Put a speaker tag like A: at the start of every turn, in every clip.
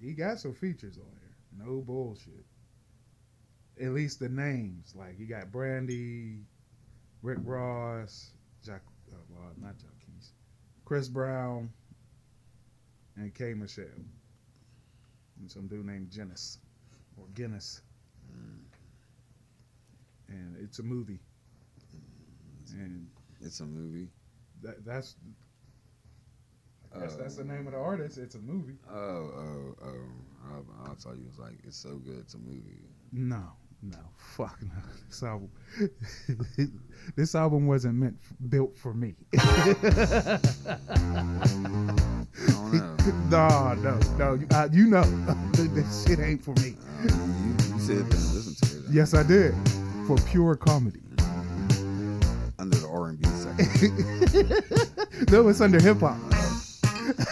A: he got some features on here. No bullshit. At least the names. Like you got Brandy, Rick Ross, Jack uh, well, not Jack Keys, Chris Brown, and K Michelle. And some dude named Guinness. Or Guinness. And it's a movie. And
B: It's a movie.
A: that, that's that's, that's the
B: Oh.
A: name of the artist. It's a movie.
B: Oh, oh, oh. I, I thought you was like, it's so good, it's a movie.
A: No, no, fuck no. This album, this album wasn't meant built for me.
B: I don't know.
A: no, no, no. You, uh, you know, this shit ain't for me.
B: Uh, you, you said that. Listen to it.
A: Yes, I did for pure comedy.
B: Under the R&B section.
A: No, it's under hip hop.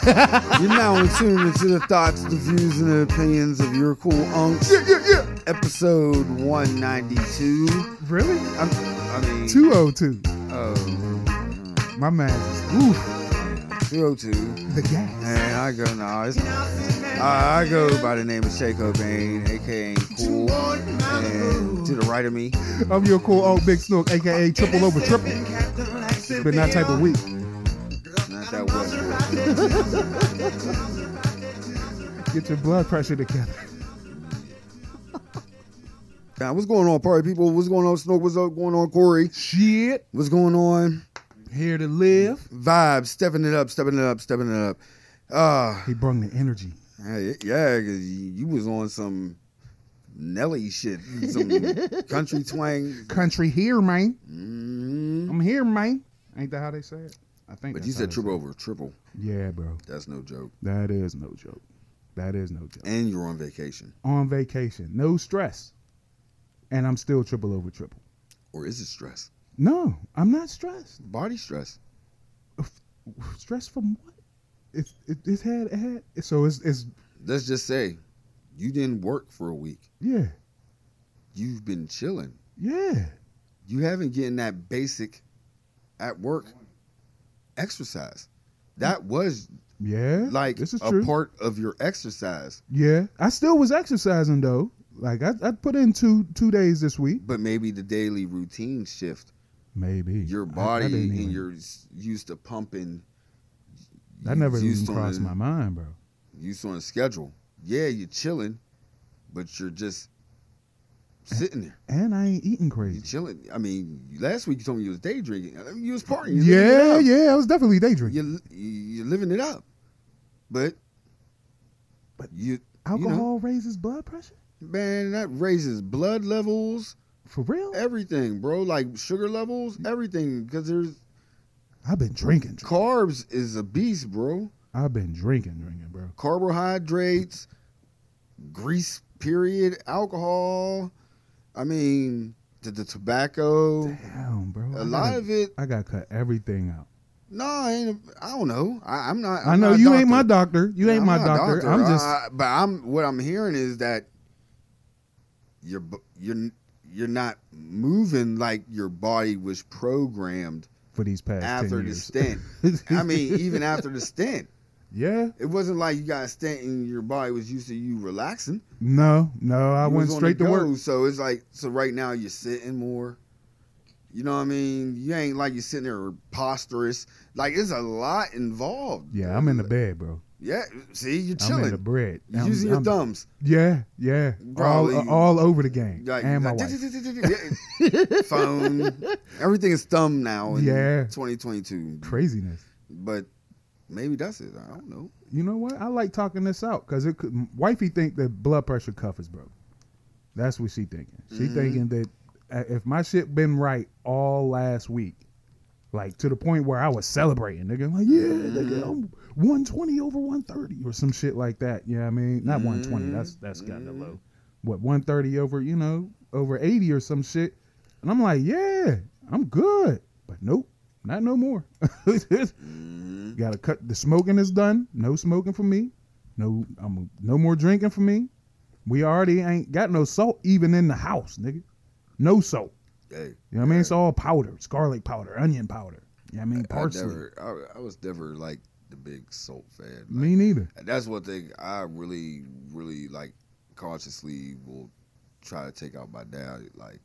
B: You're now tuning into the thoughts, the views, and the opinions of your cool unks.
A: Yeah, yeah, yeah.
B: Episode 192.
A: Really?
B: I'm, I mean,
A: Two oh two.
B: oh, oh mm,
A: My man. is- Ooh,
B: yeah, 202.
A: the gas.
B: And I go, nah, it's, I I go by the name of Shake Cobain, aka Cool. And to the right of me,
A: I'm your cool old big snook, aka triple over triple. It's been that type of week.
B: not that way.
A: Get your blood pressure together.
B: Now, what's going on, party people? What's going on, Snook? What's up, going on, Corey?
A: Shit.
B: What's going on?
A: Here to live.
B: Vibes, stepping it up, stepping it up, stepping it up. Uh,
A: He brung the energy.
B: Hey, yeah, cause you you was on some Nelly shit, some country twang.
A: Country here, man.
B: Mm.
A: I'm here, man. Ain't that how they say it? I think.
B: But
A: that's
B: you
A: how
B: said
A: they
B: triple over
A: say
B: triple.
A: it. Yeah, bro.
B: That's no joke.
A: That is no joke. That is no joke.
B: And you're on vacation,
A: On vacation, no stress, and I'm still triple over triple.
B: or is it stress?
A: No, I'm not stressed.
B: Body stress.
A: Stress from what? It's it, it's had it had. So it's it's
B: Let's just say, you didn't work for a week.
A: yeah
B: You've been chilling.
A: yeah.
B: You haven't getting that basic, at work, exercise. That was
A: Yeah,
B: like
A: this is
B: a
A: true.
B: part of your exercise,
A: yeah, I still was exercising though. Like I, I put in two two days this week.
B: but maybe the daily routine shift
A: Maybe
B: your
A: I- I
B: body
A: didn't even-
B: and you're s- used to pumping.
A: that never
B: you
A: even
B: used
A: crossed
B: on,
A: my mind, bro.
B: Used on a schedule. Yeah, you're chilling, but you're just sitting there.
A: And I ain't eating
B: You
A: Eh, crazy.
B: chilling. I mean, last week you told me you was day drinking. I mean, You was partying. You living it
A: Yeah,
B: up.
A: yeah, I was definitely day drinking.
B: You're, li- you're living it up, but
A: But
B: you
A: Alcohol
B: You know.
A: raises blood pressure?
B: man that raises blood levels,
A: For real?
B: Eh. everything, bro. Like sugar levels, everything. Because there's
A: I've been drinking. dr-
B: carbs is a beast, bro.
A: I've been drinking, drinking, bro.
B: carbohydrates, grease period, alcohol. I mean, the, the tobacco.
A: Damn, bro.
B: A
A: I
B: lot
A: gotta-
B: of it.
A: I got to cut everything out.
B: No, I ain't. I don't know. I, I'm not. I'm
A: i know
B: not a
A: you ain't my
B: doctor.
A: doctor. You ain't
B: I'm
A: my
B: not a
A: doctor. I'm just.
B: I- but I'm. What I'm hearing is that you're b- you're you're not moving like your body was programmed
A: for these past 10
B: after the
A: years.
B: stent. I mean, even after the stent,
A: yeah.
B: it wasn't like you got a stent and your body was used to you relaxing.
A: No, no. I
B: You
A: went
B: was on
A: straight
B: the
A: to
B: go,
A: work.
B: So it's like so right now you're sitting more. You know what I mean? You ain't like you're sitting there posturous. Like it's a lot involved.
A: Yeah, I'm in the bed, bro.
B: Yeah, see, you're
A: I'm in the
B: chilling.
A: bread.
B: You're
A: I'm-
B: using
A: I'm-
B: your thumbs.
A: Yeah, yeah. All,
B: Probably-
A: uh, all over the game.
B: Like,
A: and my
B: like,
A: wife.
B: yeah, phone. Everything is thumb now in
A: Yeah.
B: 2022.
A: Craziness.
B: But maybe that's it. I don't know.
A: You know what? I like talking this out because it could. Wifey think that blood pressure cuff is broken. That's what she thinking. She
B: Mhm.
A: thinking that uh, if my shit been right all last week, like to the point where I was celebrating, nigga, like yeah, nigga, I'm one twenty over one thirty or some shit like that. Yeah, I mean not one twenty.
B: Mhm.
A: That's that's kind of
B: Mhm.
A: low. What one thirty over you know over eighty or some shit, and I'm like yeah, I'm good. But nope, not no more.
B: Mhm.
A: Got to cut the smoking is done. No smoking for me. No, I'm no more drinking for me. We already ain't got no salt even in the house, nigga. No salt.
B: Hey,
A: You know what I mean? It's all powder, it's garlic powder, onion powder. You know what I mean?
B: I,
A: Parsley.
B: never, I, I was never like the big salt fan. Like,
A: me neither.
B: That's one thing I really really like cautiously will try to take out my dad. Like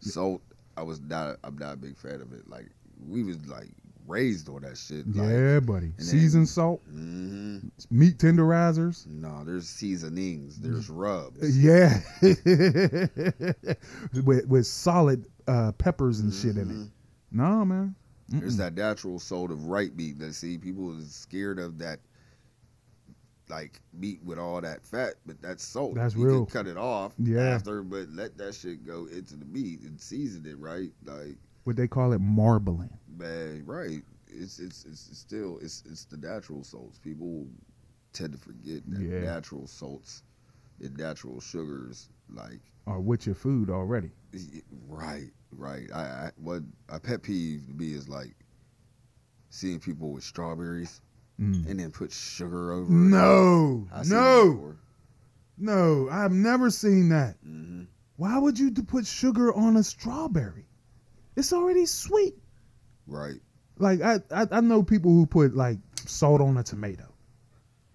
B: salt, I was not. I'm not a big fan of it. Like we was like raised on that shit. Like,
A: yeah, buddy.
B: then-
A: Seasoned salt,
B: hmm
A: meat tenderizers.
B: No, there's seasonings. There's rubs.
A: Yeah, with with solid uh, peppers and shit in it.
B: Mhm.
A: No, man.
B: There's
A: Mm-mm.
B: that natural salt of right meat that see people is scared of that like meat with all that fat, but that's salt.
A: That's
B: you
A: real.
B: Can cut it off
A: Yeah.
B: after, but let that shit go into the meat and season it right. Like
A: What they call it, marbling.
B: man, right. It's it's it's, it's still it's it's the natural salts. People tend to forget that
A: Yeah.
B: natural salts and natural sugars like
A: Or with your food already.
B: Right, right. I, I what a pet peeve to me is like seeing people with strawberries
A: Mm.
B: and then put sugar over.
A: No,
B: it.
A: no, no. I've never seen that.
B: hmm
A: Why would you d- put sugar on a strawberry? It's already sweet.
B: Right.
A: Like I, I, I know people who put like salt on a tomato.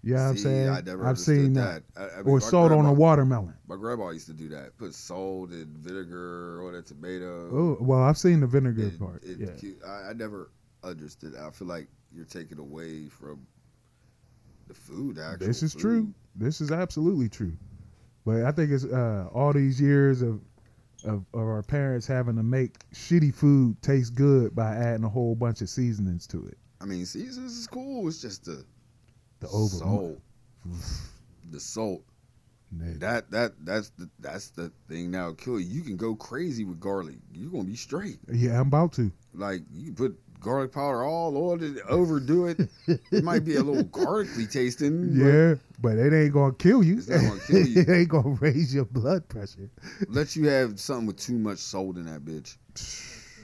A: You know what I'm
B: See,
A: saying?
B: I never
A: have
B: understood
A: seen
B: that. I- I mean,
A: or
B: my
A: salt on
B: grandma-
A: a watermelon.
B: My grandma used to do that. Put salt and vinegar on a tomato.
A: Oh well, I've seen the vinegar
B: and-
A: part.
B: and
A: yeah.
B: cu- I, I never understood. that. I feel like you're taking away from the food. Actually,
A: This is true. This is absolutely true. But I think it's uh, all these years of, of of our parents having to make shitty food taste good by adding a whole bunch of seasonings to it.
B: I mean, seasons is cool. It's just the
A: The over
B: salt. The salt. That that that's the that's the thing that'll kill you. You can go crazy with garlic. You're gonna be straight.
A: Yeah, I'm about to.
B: Like you can put garlic powder all on it, overdo it. It might be a little garlicky tasting. but
A: Yeah, but it ain't gonna kill you.
B: Mm, It's not gonna kill you.
A: it ain't gonna raise your blood pressure.
B: Let you have something with too much salt in that bitch.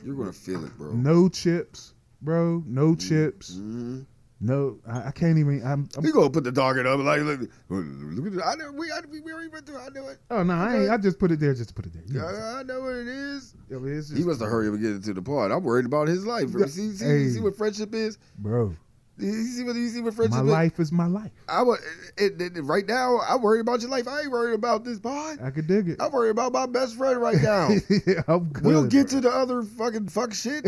B: You're gonna feel it, bro.
A: No chips, bro. No chips.
B: Mm-hmm.
A: No, I, I can't even. I'm. I'm
B: You gonna put the dog in up like look, look at this. I know we I, we already went through. I know it.
A: oh no, I ain't. I just put it there. Just to put it there. You know what I'm
B: I, I know what it is.
A: saying? I mean, it's
B: He
A: just-
B: must have hurry up and get into the part. I'm worried about his life.
A: Yeah.
B: See, see,
A: Hey.
B: see what friendship is.
A: bro.
B: You see what you see what friendship
A: My
B: is.
A: life is my life.
B: I wa- it, it, it- right now. I worry about your life. I ain't worried about this pod.
A: I could dig it.
B: I worry about my best friend right now.
A: I'm good.
B: we'll get to the other fucking fuck shit.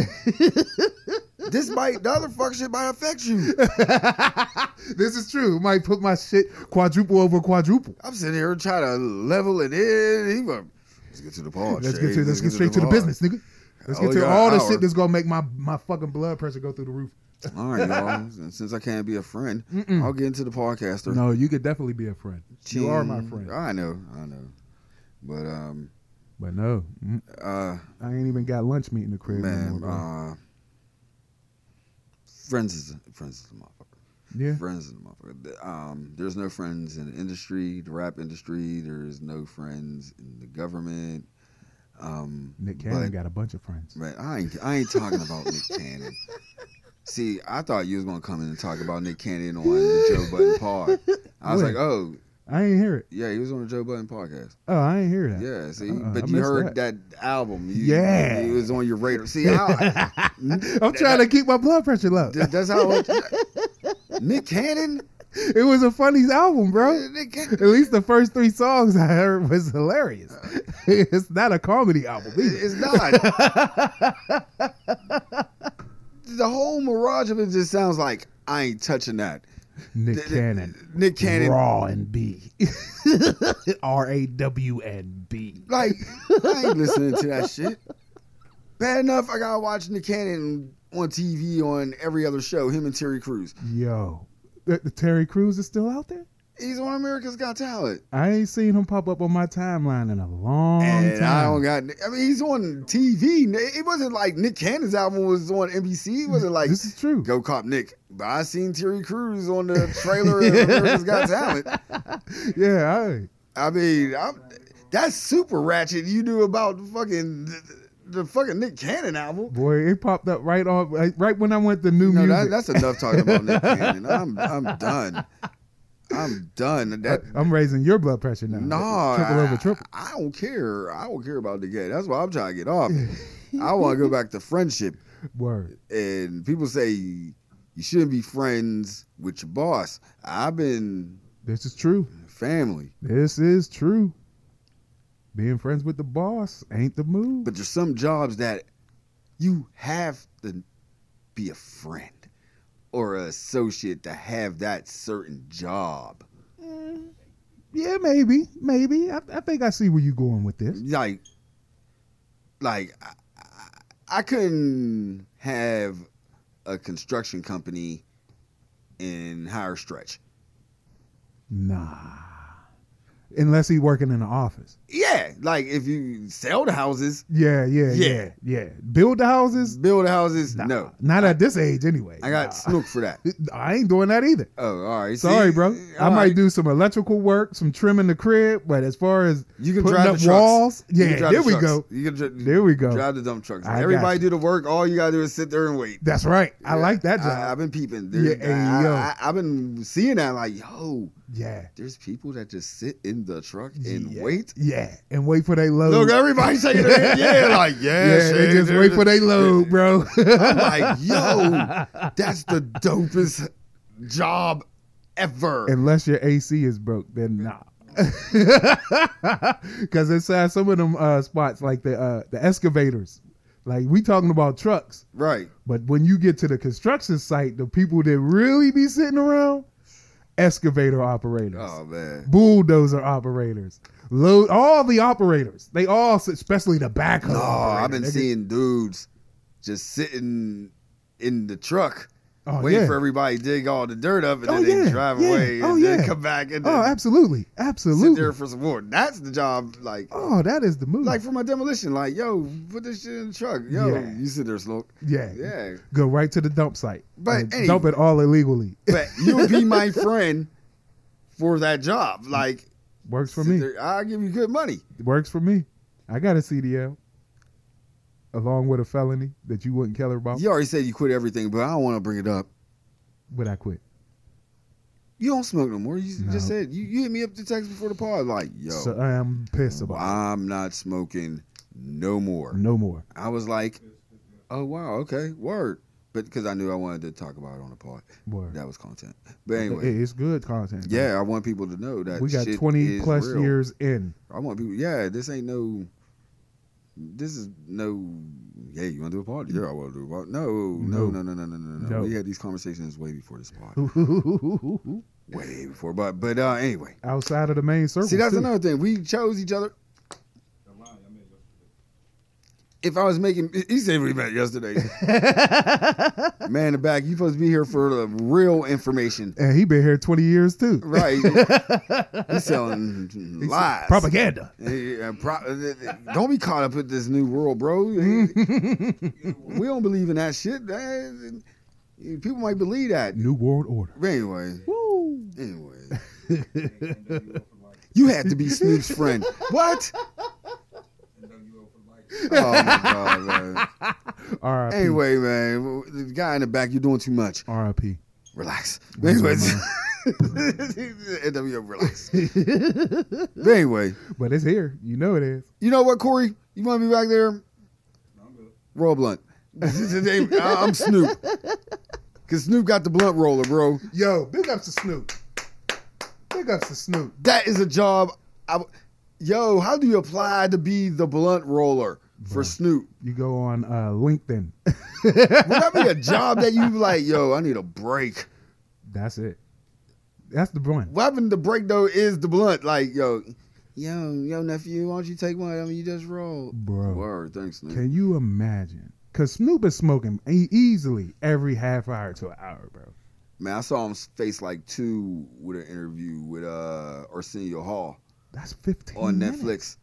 B: this might the other fuck shit might affect you.
A: this is true. Might put my shit quadruple over quadruple.
B: I'm sitting here trying to level it in. He wa- Let's get to the pod.
A: Let's
B: Shay.
A: get to let's get straight to the
B: pod.
A: business, nigga. Let's
B: I
A: get
B: only
A: to
B: Oh, got
A: all
B: an
A: the
B: hour.
A: shit that's gonna make my my fucking blood pressure go through the roof.
B: All right, y'all. Since I can't be a friend,
A: Mm-mm.
B: I'll get into the podcaster.
A: Mm. No, you could definitely be a friend, you are my friend.
B: I know, I know. But um,
A: but no, mm,
B: uh,
A: I ain't even got lunch meat in the crib
B: man,
A: anymore.
B: uh, friends is friends is a motherfucker.
A: yeah,
B: friends in the motherfucker. Th- Um, there's no friends in the industry, the rap industry. There's no friends in the government. Um,
A: Nick Cannon
B: but-
A: got a bunch of friends.
B: but I ain't, I ain't talking about Nick Cannon. See, I thought you was gonna come in and talk about Nick Cannon on the Joe Button pod. I was
A: When?
B: like, oh
A: I ain't hear it.
B: yeah, he was on the Joe Button podcast.
A: Oh, I ain't hear that.
B: Yeah, see,
A: Uh-uh,
B: but
A: I
B: you
A: missed
B: heard that, album. You,
A: Yeah.
B: it was on your radar. See, I,
A: Mm-hmm. I'm trying to keep my blood pressure low.
B: th- that's how Nick Cannon, Uh,
A: It was a funny album, bro.
B: Nick
A: At
B: Cannon.
A: least the first three songs I heard was hilarious.
B: Uh,
A: it's not a comedy album either.
B: It's not. the whole mirage of it just sounds like I ain't touching that.
A: Nick Cannon.
B: Nick Cannon.
A: Raw and B. R A W and B.
B: Like, I ain't listening to that shit. Bad enough, I gotta watch Nick Cannon on TV on every other show, him and Terry Crews.
A: Yo. The, the Terry Crews is still out there?
B: He's on America's Got Talent.
A: I ain't seen him pop up on my timeline in a long
B: and I don't
A: time.
B: got, I mean, he's on TV. It wasn't like Nick Cannon's album was on NBC. It wasn't like
A: this is true.
B: Go Cop Nick. But I seen Terry Crews on the trailer of America's Got Talent.
A: Yeah, I,
B: I mean, I'm, that's super ratchet. You knew about fucking the, the fucking Nick Cannon album.
A: boy, it popped up right off, like, right when I went to new
B: No, that,
A: music.
B: that's enough talking about Nick Cannon. I'm I'm done. I'm done. That
A: I, am raising your blood pressure now.
B: no,
A: triple
B: I,
A: over triple.
B: I don't care. I don't care about the gay. That's why I'm trying to get off. I want to go back to friendship.
A: Word.
B: And people say you shouldn't be friends with your boss. I've been
A: This is true.
B: Family.
A: This is true. Being friends with the boss ain't the move.
B: But there's some jobs that you have to be a friend or an associate to have that certain job.
A: Mm, yeah, maybe, maybe. I, I think I see where you're going with this.
B: Like, like I, I- I couldn't have a construction company in higher stretch.
A: Nah. Unless he's working in the office.
B: Yeah, like if you sell the houses,
A: Yeah, yeah, yeah, yeah.
B: Yeah.
A: Build the houses?
B: build the houses,
A: Nah,
B: no.
A: Not at this age, anyway.
B: I got
A: Nah.
B: snook for that.
A: I ain't doing that either.
B: Oh, all right.
A: Sorry,
B: See,
A: bro. I
B: all
A: might
B: right.
A: do some electrical work, some trimming the crib, but as far as
B: You can
A: putting
B: drive
A: up
B: the trucks.
A: walls,
B: You can
A: yeah,
B: drive
A: there
B: the
A: we
B: trucks.
A: go.
B: You can dri-
A: There we go.
B: drive the dump trucks.
A: I got
B: Everybody
A: you.
B: do the work. All you gotta do is sit there and wait.
A: That's right. I
B: Yeah.
A: like that job.
B: I, I've been peeping.
A: Yeah,
B: There,
A: hey,
B: I,
A: yo.
B: I, have been seeing that. Like, yo,
A: yeah.
B: there's people that just sit in the truck and
A: yeah.
B: wait.
A: Yeah. And wait for they load.
B: Look, everybody's shaking their head. Yeah, like yeah,
A: yeah, they
B: shit,
A: just
B: dude.
A: wait for they load, bro.
B: I'm like, yo, that's the dopest job ever.
A: Unless your AC is broke, then nah. Because inside some of them uh, spots, like the uh, the excavators, like we talking about trucks,
B: right.
A: but when you get to the construction site, the people that really be sitting around, excavator operators,
B: Oh man.
A: bulldozer operators, load all the operators. They all, sit- especially the backhoe.
B: No,
A: operator.
B: I've been
A: They get-
B: seeing dudes just sitting in the truck.
A: Oh,
B: waiting
A: yeah.
B: for everybody to dig all the dirt up and
A: Oh,
B: then they
A: yeah,
B: drive
A: yeah,
B: away
A: oh,
B: and then
A: yeah.
B: come back and then
A: Oh, absolutely,
B: sit
A: absolutely.
B: there for some more. That's the job, like
A: oh, that is the move.
B: like for my demolition. Like, yo, put this shit in the truck. Yo,
A: Yeah.
B: you sit there, Snook.
A: yeah,
B: Yeah.
A: Go right to the dump site.
B: But
A: And
B: any-
A: dump it all illegally.
B: But you'll be my friend for that job. Like
A: Works for
B: sit
A: me.
B: there, I'll give you good money.
A: Works for me. I got a CDL along with a felony that you wouldn't care about.
B: You already said you quit everything, but I don't want to bring it up.
A: But I quit.
B: You don't smoke no more. You
A: No.
B: just said you, you hit me up the text before the pod. Like, yo,
A: So I am pissed about
B: I'm not smoking no more.
A: it. No more.
B: I was like, oh wow, okay, word. But because I knew I wanted to talk about it on the pod,
A: Word.
B: that was content. But
A: It-
B: anyway,
A: it's good content. though.
B: yeah, I want people to know that
A: we got
B: shit
A: 20
B: is
A: plus
B: real.
A: years in.
B: I want people. Yeah, this ain't no. This is no. Hey, you want to do a pod? Yeah, I want to do a pod. No,
A: No.
B: no, no, no, no, no, no, no.
A: No.
B: We had these conversations way before this pod,
A: Outside
B: way before. But but uh, anyway,
A: of the main circle.
B: see that's
A: too.
B: another thing. We chose each other. If I was making, he said we met yesterday. Man in the back, you supposed to be here for the real information.
A: and he been here 20 years too.
B: Right. He's selling
A: He said,
B: lies.
A: Propaganda.
B: Yeah, pro- uh, don't be caught up with this new world, bro. we don't believe in that shit. That- People might believe that.
A: New World Order.
B: But anyway,
A: Woo.
B: anyway. You had to be Snoop's friend. What? Oh my god, man.
A: RIP.
B: Anyway, man, the guy in the back, you're doing too much.
A: RIP.
B: Relax.
A: That's
B: Anyways,
A: what
B: NWO, relax. But anyway,
A: But it's here. You know it is.
B: you know what, Corey? You want to be back there? Roll a blunt. I- I'm Snoop. Because Snoop got the blunt roller, bro.
A: Yo, big ups to Snoop. Big ups to Snoop.
B: That is a job. I, yo, how do you apply to be the blunt roller for
A: Bruh.
B: Snoop?
A: You go on uh, LinkedIn.
B: Would that be a job that you like, yo, I need a break?
A: That's it. That's the one.
B: What happened to break, though, is the blunt. Like, yo, yo, yo, nephew, why don't you take one? I mean, you just roll.
A: Bro,
B: Word, thanks, Snoop.
A: can you imagine? Because Snoop is smoking e- easily every half hour to an hour, bro.
B: Man, I saw him face like two with an interview with uh Arsenio Hall
A: That's 15
B: on
A: minutes.
B: Netflix.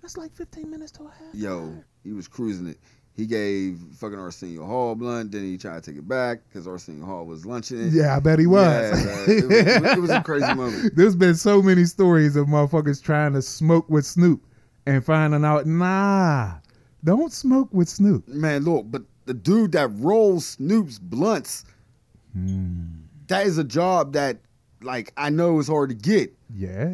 A: That's like 15 minutes to a half.
B: Yo, he was cruising it. He gave fucking Arsenio Hall blunt, then he tried to take it back because Arsenio Hall was lunching it.
A: Yeah, I bet he was.
B: Yeah, man. It was- it was a crazy moment.
A: There's been so many stories of motherfuckers trying to smoke with Snoop and finding out, nah, don't smoke with Snoop.
B: Man, look, but the dude that rolls Snoop's blunts,
A: Mm,
B: that is a job that like I know is hard to get.
A: yeah.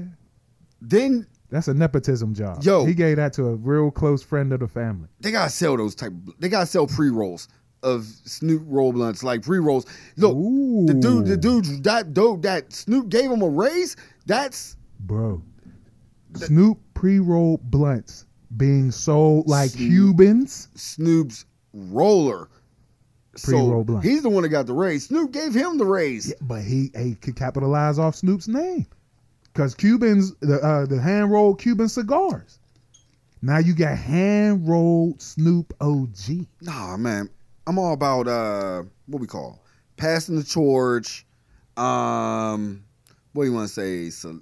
B: Then
A: That's a nepotism job.
B: Yo.
A: He gave that to a real close friend of the family.
B: they gotta sell those type. They gotta sell pre rolls of Snoop roll blunts, like pre rolls. Look,
A: Ooh.
B: the dude, the dude, that dope that Snoop gave him a raise. That's
A: bro. Snoop pre-rolled blunts being sold like Cubans.
B: Snoop's roller.
A: Pre-roll
B: so
A: blunt.
B: he's the one that got the raise. Snoop gave him the raise.
A: Yeah, but he, he could capitalize off Snoop's name because Cubans the uh, the hand rolled Cuban cigars. Now you got hand rolled Snoop OG.
B: Nah, man, I'm all about uh, what we call passing the torch. Um, what do you want to say? So,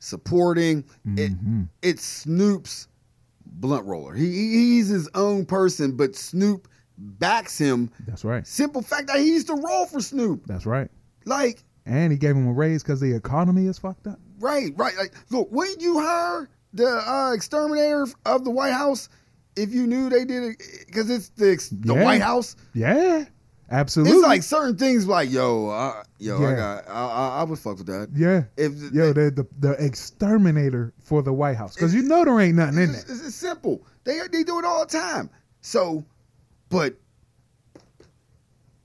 B: supporting. It,
A: Mhm.
B: it's Snoop's blunt roller. He, he- he's his own person, but Snoop backs him.
A: That's right.
B: Simple fact that he used to roll for Snoop.
A: That's right.
B: Like,
A: And he gave him a raise because the economy is fucked up.
B: right, right. Like, look, wouldn't you hire the uh, exterminator of the White House if you knew they did it? Because it's the, ex- the
A: Yeah.
B: White House.
A: Yeah, absolutely.
B: It's like certain things, like yo, uh, yo, I
A: Yeah.
B: got, I, I, I would fuck with that.
A: yeah,
B: If
A: yo, the, the the exterminator for the White House because you know there ain't nothing in
B: it's,
A: there.
B: it's, it's simple. They they do it all the time. So, but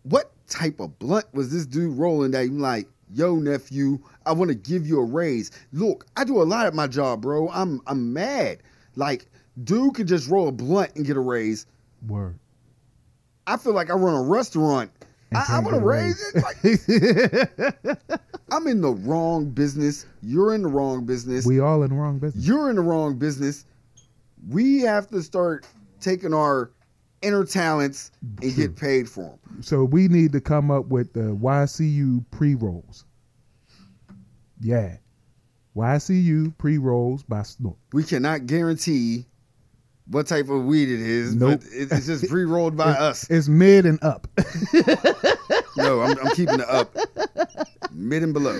B: what type of blunt was this dude rolling that you like, yo nephew, I want to give you a raise. Look, I do a lot at my job, bro. I'm I'm mad. Like, dude could just roll a blunt and get a raise.
A: Word.
B: I feel like I run a restaurant.
A: And
B: I, I
A: can't
B: want to
A: get a
B: raise
A: raise.
B: it. Like, I'm in the wrong business. You're in the wrong business.
A: we all in the wrong business.
B: you're in the wrong business. We have to start taking our inner talents and
A: True.
B: get paid for them.
A: So we need to come up with the YCU pre rolls. Yeah. YCU pre rolls by Snoop.
B: We cannot guarantee what type of weed it is,
A: Nope.
B: but it, it's just pre-rolled by us.
A: It's mid and up.
B: No, I'm, I'm keeping it up, mid and below.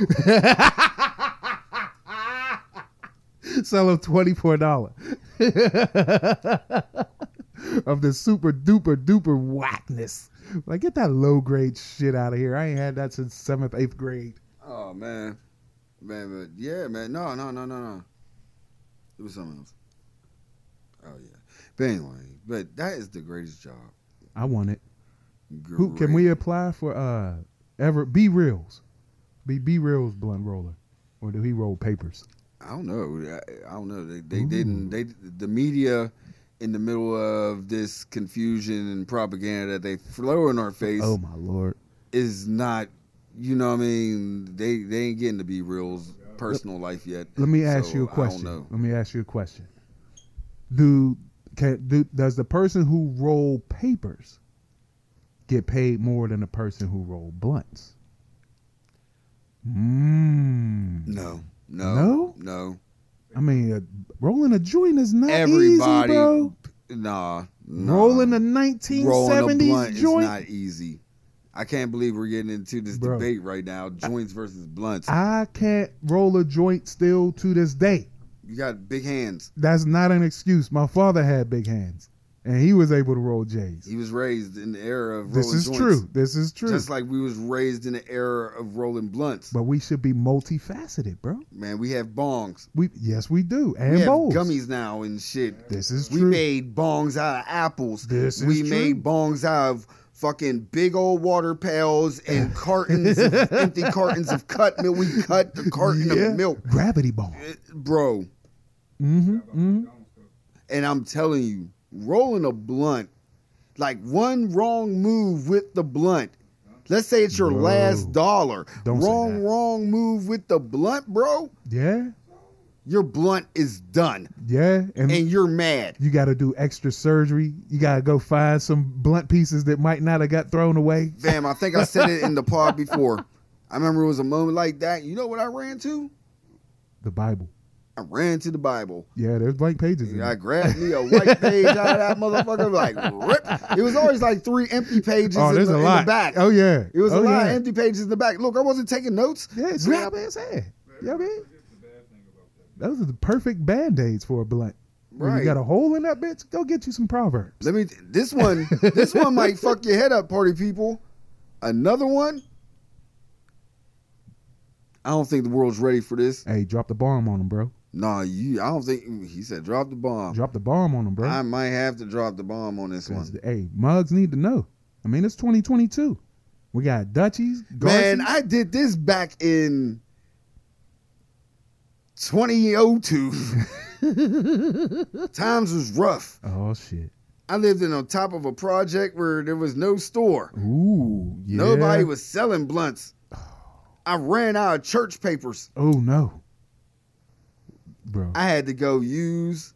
A: Sell them $24 of the super duper duper whackness. Like, get that low grade shit out of here. I ain't had that since seventh, eighth grade.
B: Oh man, man, but yeah, man, no, no, no, no, no. It was something else. Oh yeah, but anyway, but that is the greatest job.
A: I want it. Who can we apply for? Uh, ever B reels, B B reels blunt roller, or do he roll papers?
B: I don't know. I, I don't know. They they
A: Ooh.
B: didn't. They the media in the middle of this confusion and propaganda that they throw in our face
A: Oh my lord!
B: is not. You know what I mean? They they ain't getting to be real's personal life yet.
A: Let me ask
B: So,
A: you a
B: I don't
A: question.
B: know.
A: Let me ask you a question. Do can do, does the person who roll papers get paid more than the person who roll blunts? Mm.
B: No, no,
A: No?
B: no.
A: I mean, uh, rolling a joint is not
B: Everybody,
A: easy, bro.
B: nah, nah.
A: Rolling a
B: Rolling a
A: 1970s
B: blunt
A: joint.
B: is not easy. I can't believe we're getting into this
A: Bro.
B: debate right now. Joints versus blunts.
A: I can't roll a joint still to this day.
B: you got big hands.
A: That's not an excuse. My father had big hands, and he was able to roll J's.
B: He was raised in the era of
A: This
B: rolling
A: is
B: joints.
A: true. This is true.
B: Just like we was raised in the era of rolling blunts.
A: but we should be multifaceted, bro.
B: Man, we have bongs.
A: We yes, we do,
B: we
A: and
B: have
A: bowls.
B: gummies now and shit.
A: This is
B: We
A: true.
B: made bongs out of apples.
A: This is
B: we
A: true.
B: made bongs out of fucking big old water pails and cartons, of, empty cartons of cut milk. We cut the carton
A: Yeah.
B: of milk,
A: Gravity ball.
B: Eh, bro.
A: Mm-hmm, hmm
B: And I'm telling you, rolling a blunt, like one wrong move with the blunt. Let's say it's your
A: Bro.
B: last dollar.
A: Don't say
B: wrong,
A: that.
B: wrong move with the blunt, bro.
A: Yeah,
B: Your blunt is done,
A: yeah, and,
B: and you're mad.
A: you got to do extra surgery. You got to go find some blunt pieces that might not have got thrown away.
B: Fam, I think I said it in the pod before. I remember it was a moment like that. You know what I ran to?
A: The Bible.
B: I ran to the Bible.
A: Yeah, there's blank pages. In
B: I
A: there.
B: grabbed me a white page out of that motherfucker, like rip. It was always like three empty pages
A: Oh,
B: in,
A: there's
B: the,
A: a
B: in
A: lot.
B: the back.
A: Oh yeah,
B: It was
A: Oh,
B: a lot
A: yeah.
B: of empty pages in the back. Look, I wasn't taking notes.
A: Yeah, it's not
B: Grab-
A: bad. sad. You know what I mean? Those are the perfect band aids for a blunt. When
B: Right.
A: You got a hole in that bitch? Go get you some Proverbs.
B: Let me. This one. this one might fuck your head up, party people. Another one. I don't think the world's ready for this.
A: Hey, drop the bomb on them, bro.
B: Nah, you. I don't think he said drop the bomb.
A: Drop the bomb on them, bro.
B: I might have to drop the bomb on this
A: 'Cause,
B: one.
A: Hey, mugs need to know. I mean, it's 2022. We got Dutchies.
B: Man,
A: Garcias.
B: I did this back in 2002. Times was rough.
A: oh shit.
B: I lived in on top of a project where there was no store.
A: Ooh, yeah.
B: Nobody was selling blunts. I ran out of church papers.
A: Oh no, bro.
B: I had to go use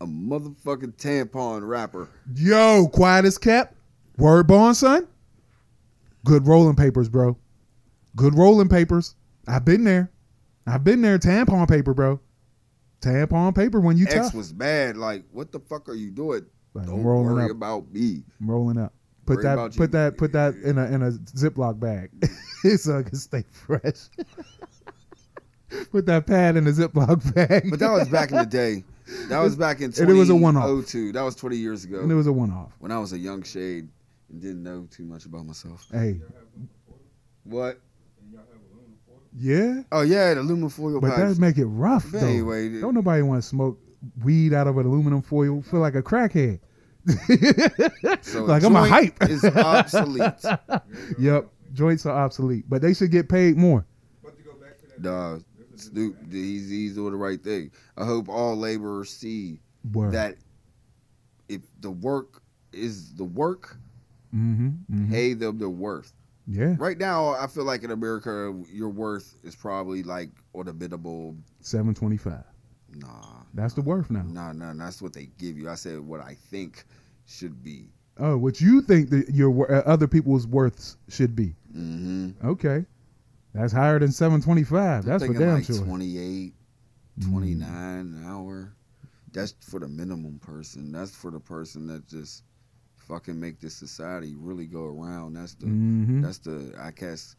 B: a motherfucking tampon wrapper.
A: Yo, quiet as kept. Word bond, son. Good rolling papers, bro. Good rolling papers. I've been there. I've been there. Tampon paper, bro. Tampon paper when you
B: X
A: tough.
B: was bad. Like, what the fuck are you doing?
A: Like,
B: Don't
A: I'm rolling
B: worry
A: up.
B: about me.
A: I'm rolling up. Put
B: Worry
A: that.
B: about
A: Put
B: you.
A: that. Put that in a in a Ziploc bag, so I can stay fresh. put that pad in a Ziploc bag.
B: But that was back in the day. That was back in
A: And it was a one-off.
B: 2002. That was 20 years ago
A: and it was a one off.
B: when I was a young shade and didn't know too much about myself.
A: Hey,
B: What?
A: yeah.
B: Oh, yeah, the aluminum foil
A: But that
B: pipes.
A: make it rough
B: But
A: though.
B: anyway, the-
A: don't nobody want to smoke weed out of an aluminum foil. Feel like a crackhead.
B: So
A: like I'm a
B: joint
A: hype.
B: is obsolete.
A: yep, joints are obsolete, but they should get paid more.
B: Dog, Snoop, he's, he's doing the right thing. I hope all laborers see
A: Word.
B: that if the work is the work,
A: mm-hmm,
B: pay them their worth.
A: Yeah,
B: Right now, I feel like in America, your worth is probably like on a minimal.
A: seven twenty-five.
B: Nah,
A: That's the worth now.
B: nah, nah. That's what they give you. I said what I think should be.
A: Oh, what you think that your wor- uh, other people's worths should be?
B: Mm-hmm.
A: Okay, that's higher than seven twenty-five. That's for
B: thinking
A: damn
B: like
A: sure.
B: 28,
A: Mm.
B: 29 an hour. That's for the minimum person. That's for the person that just fucking make this society really go around. That's the
A: Mhm.
B: that's the I guess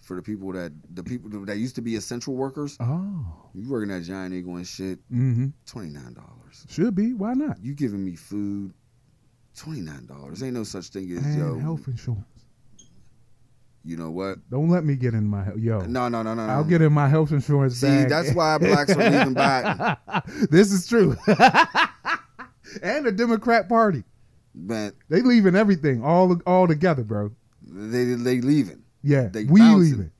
B: for the people that the people that used to be essential workers.
A: Oh,
B: You working at Giant Eagle and shit,
A: mm-hmm.
B: twenty nine dollars.
A: Should be. Why not?
B: You giving me food, twenty nine dollars. Ain't no such thing as
A: And
B: yo.
A: health insurance.
B: You know what?
A: Don't let me get in my he- yo.
B: No, no, no, no.
A: Oh. I'll
B: no.
A: get in my health insurance
B: See,
A: bag.
B: that's why blacks are leaving Biden.
A: this is true. and the Democrat Party.
B: But
A: They leaving everything all all together, bro.
B: they they leaving.
A: Yeah.
B: They
A: we
B: bouncing.
A: leaving.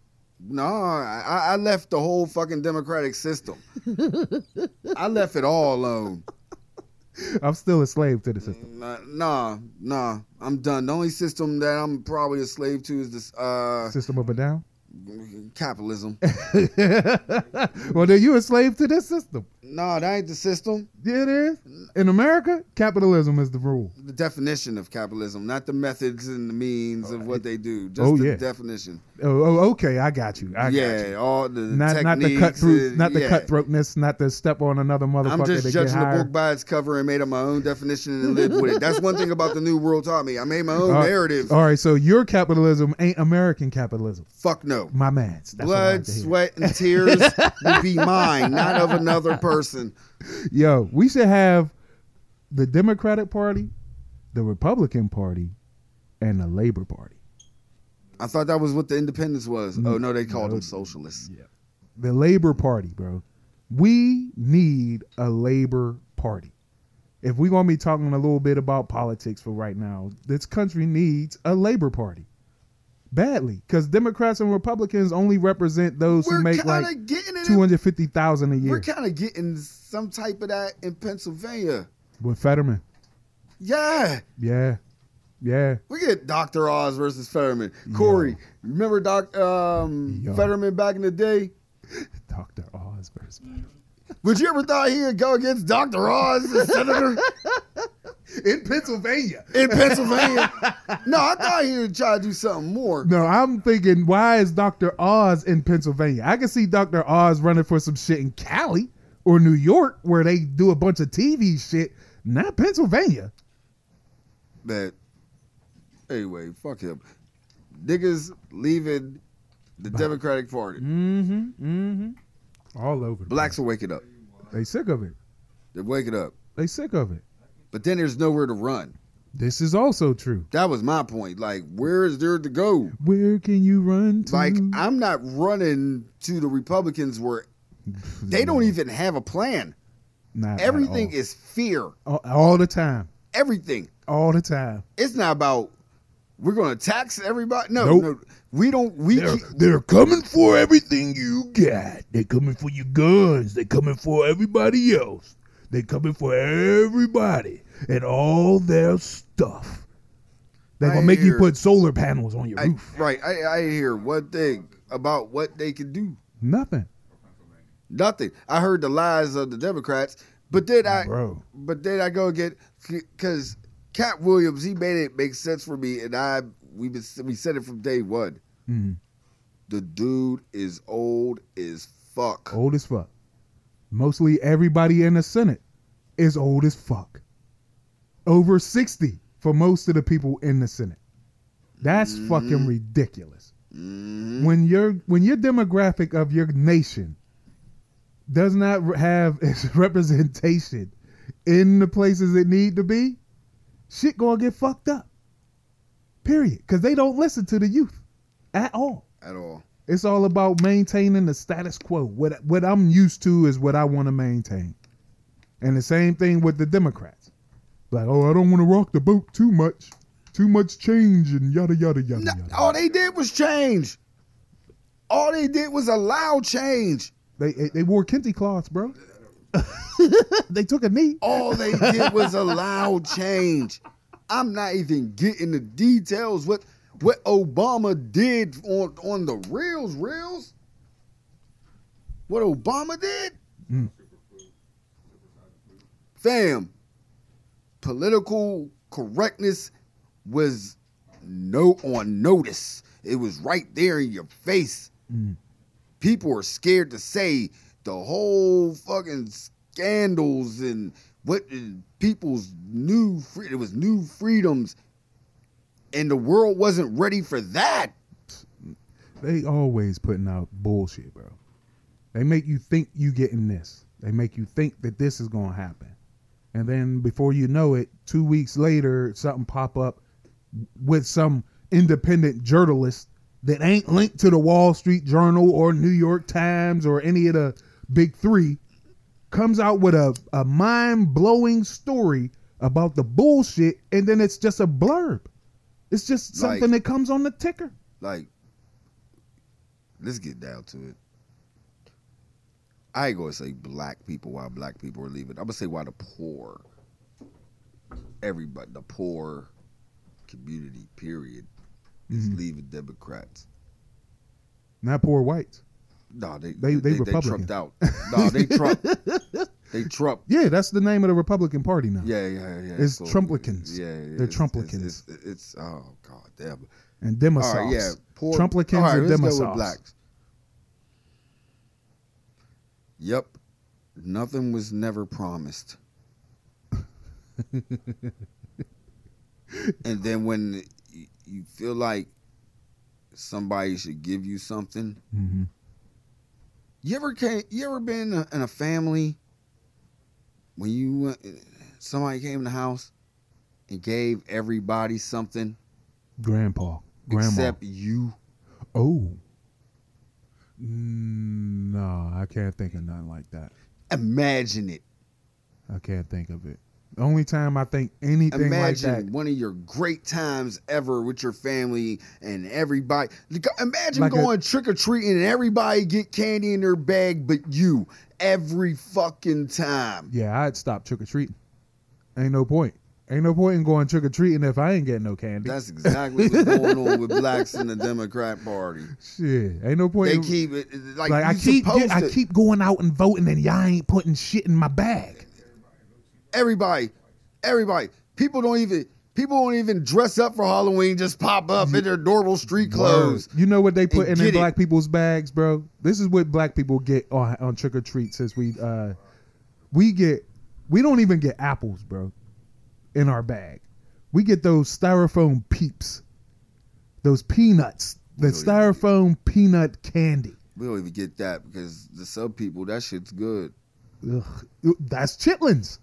B: No, I, I left the whole fucking democratic system. I left it all alone.
A: I'm still a slave to the system.
B: Nah, nah, nah, I'm done. The only system that I'm probably a slave to is this uh
A: System up and down.
B: capitalism.
A: well, then you a slave to this system.
B: nah, that ain't the system.
A: Yeah, it is. In America, capitalism is the rule.
B: The definition of capitalism, not the methods and the means of what they do. Just
A: Oh,
B: the
A: yeah.
B: definition.
A: Oh, oh, okay, I got you. I
B: yeah,
A: got you.
B: all the
A: Not not the
B: techniques,
A: cut through,
B: uh,
A: not the
B: yeah.
A: cutthroatness, not the step on another motherfucker
B: I'm just
A: to
B: judging
A: get
B: the
A: higher.
B: book by its cover and made up my own definition and lived with it. That's one thing about the New World taught me. I made my own
A: Uh,
B: narrative.
A: All right, so your capitalism ain't American capitalism.
B: Fuck no.
A: My man's. That's what I like
B: Blood,
A: to hear.
B: sweat, and tears will be mine, not of another person.
A: Yo, we should have the Democratic Party, the Republican Party, and the Labor Party.
B: I thought that was what the independence was. Oh no, they called
A: No.
B: them socialists.
A: The Labor Party, bro. We need a Labor Party. If we're gonna be talking a little bit about politics for right now, this country needs a Labor Party. Badly. Because Democrats and Republicans only represent those
B: We're
A: who make
B: kind of
A: like
B: getting it.
A: two hundred fifty thousand a
B: in, we're
A: year
B: kind of getting some type of that in Pennsylvania.
A: with Fetterman.
B: Yeah,
A: Yeah. Yeah.
B: we get Dr. Oz versus Fetterman. Corey, remember Doc um,
A: Yo.
B: Fetterman back in the day?
A: Dr. Oz versus
B: Would you ever thought he would go against Dr. Oz, the senator
A: in Pennsylvania.
B: in Pennsylvania? No, I thought he would try to do something more.
A: No, I'm thinking, why is Dr. Oz in Pennsylvania? I can see Dr. Oz running for some shit in Cali or New York where they do a bunch of TV shit, not Pennsylvania.
B: But anyway, fuck him. Niggas leaving the Democratic Party. Mm-hmm,
A: Mm hmm. Mm hmm. All over. the
B: Blacks are waking up.
A: place. They sick of it.
B: They're waking up.
A: They sick of it.
B: But then there's nowhere to run.
A: This is also true.
B: That was my point. Like, where is there to go?
A: Where can you run to?
B: Like, I'm not running to the Republicans where they don't even have a plan.
A: Not at
B: Everything
A: all.
B: is fear.
A: all, all the time.
B: everything.
A: all the time.
B: It's not about we're going to tax everybody. No,
A: Nope.
B: no, we don't. We
A: They're,
B: keep-
A: they're coming for everything you got. They're coming for your guns. They're coming for everybody else. They're coming for everybody and all their stuff. They're gonna
B: I
A: make you
B: hear-
A: put solar panels on your
B: I,
A: roof.
B: right. I, I hear one thing about what they can do.
A: Nothing,
B: Nothing. I heard the lies of the Democrats, but then I,
A: bro.
B: but then I go again because Cat Williams he made it make sense for me, and I we been, we said it from day one.
A: Mm.
B: The dude is old as fuck.
A: Old as fuck. Mostly everybody in the Senate is old as fuck. Over sixty for most of the people in the Senate. That's
B: Mm-hmm.
A: fucking ridiculous.
B: Mhm.
A: when your when your demographic of your nation does not re- have its representation in the places it need to be, shit gonna get fucked up. Period. Because they don't listen to the youth at all.
B: At all.
A: It's all about maintaining the status quo. What what I'm used to is what I want to maintain. And the same thing with the Democrats. Like, oh, I don't want to rock the boat too much. Too much change and yada yada yada
B: No,
A: yada.
B: all they did was change. All they did was allow change.
A: They they, they wore kente cloths, bro. they took a knee.
B: All they did was allow change. I'm not even getting the details what what Obama did on on the reels reels. What Obama did,
A: Mm.
B: fam. Political correctness was no on notice. It was right there in your face.
A: Mm.
B: People are scared to say the whole fucking scandals and what and people's new free, it was new freedoms, and the world wasn't ready for that.
A: They always putting out bullshit, bro. They make you think you getting this. They make you think that this is gonna happen, and then before you know it, two weeks later, something pop up with some independent journalist that ain't linked to the Wall Street Journal or New York Times or any of the big three comes out with a, a mind blowing story about the bullshit, and then it's just a blurb. It's just
B: Like-
A: something that comes on the ticker.
B: Like, let's get down to it. I ain't gonna say black people why black people are leaving. I'm gonna say why the poor, everybody, the poor community, period, is
A: Mhm.
B: leaving Democrats.
A: Not poor whites.
B: No, they
A: They- they
B: they they, they,
A: Republican.
B: trumped out. No, they Trump. they Trump.
A: Yeah, that's the name of the Republican Party now.
B: Yeah, yeah, yeah.
A: It's
B: So,
A: Trumplicans.
B: Yeah, yeah,
A: They're
B: it's-
A: Trumplicans.
B: It's, it's, it's- oh god damn.
A: And
B: All
A: Demosoffs.
B: right, yeah. Poor,
A: Trumplicans
B: all
A: and
B: let's go
A: Demosoffs.
B: with blacks. Yep, nothing was never promised. and then when y- you feel like somebody should give you something,
A: hmm
B: You ever came, you ever been in a, in a family when you uh, somebody came in the house and gave everybody something
A: Grandpa. Grandma.
B: except you?
A: oh. Mm, No, I can't think of nothing like that.
B: Imagine it.
A: I can't think of it. The only time I think anything
B: Imagine
A: like that,
B: one of your great times ever with your family and everybody. Like, Imagine
A: Like a-
B: going trick or treating and everybody get candy in their bag, but you every fucking time.
A: yeah, I'd stop trick or treating. Ain't no point. Ain't no point in going trick or treating if I ain't getting no candy.
B: That's exactly what's going on with blacks in the Democrat Party.
A: Shit, ain't no point.
B: They
A: in-
B: keep it like,
A: like I
B: you
A: keep,
B: supposed
A: get- I
B: to-
A: keep going out and voting, and y'all ain't putting shit in my bag.
B: everybody, everybody. People don't even people don't even dress up for Halloween. Just pop up in their normal street clothes.
A: Word. You know what they put
B: And
A: in, in
B: get it.
A: black people's bags, bro? This is what black people get on, on trick or treat since we uh we get we don't even get apples, bro, in our bag. We get those styrofoam peeps. Those peanuts. The
B: We don't even get-
A: styrofoam peanut candy.
B: We don't even get that because the sub people that shit's good.
A: Ugh, that's chitlins.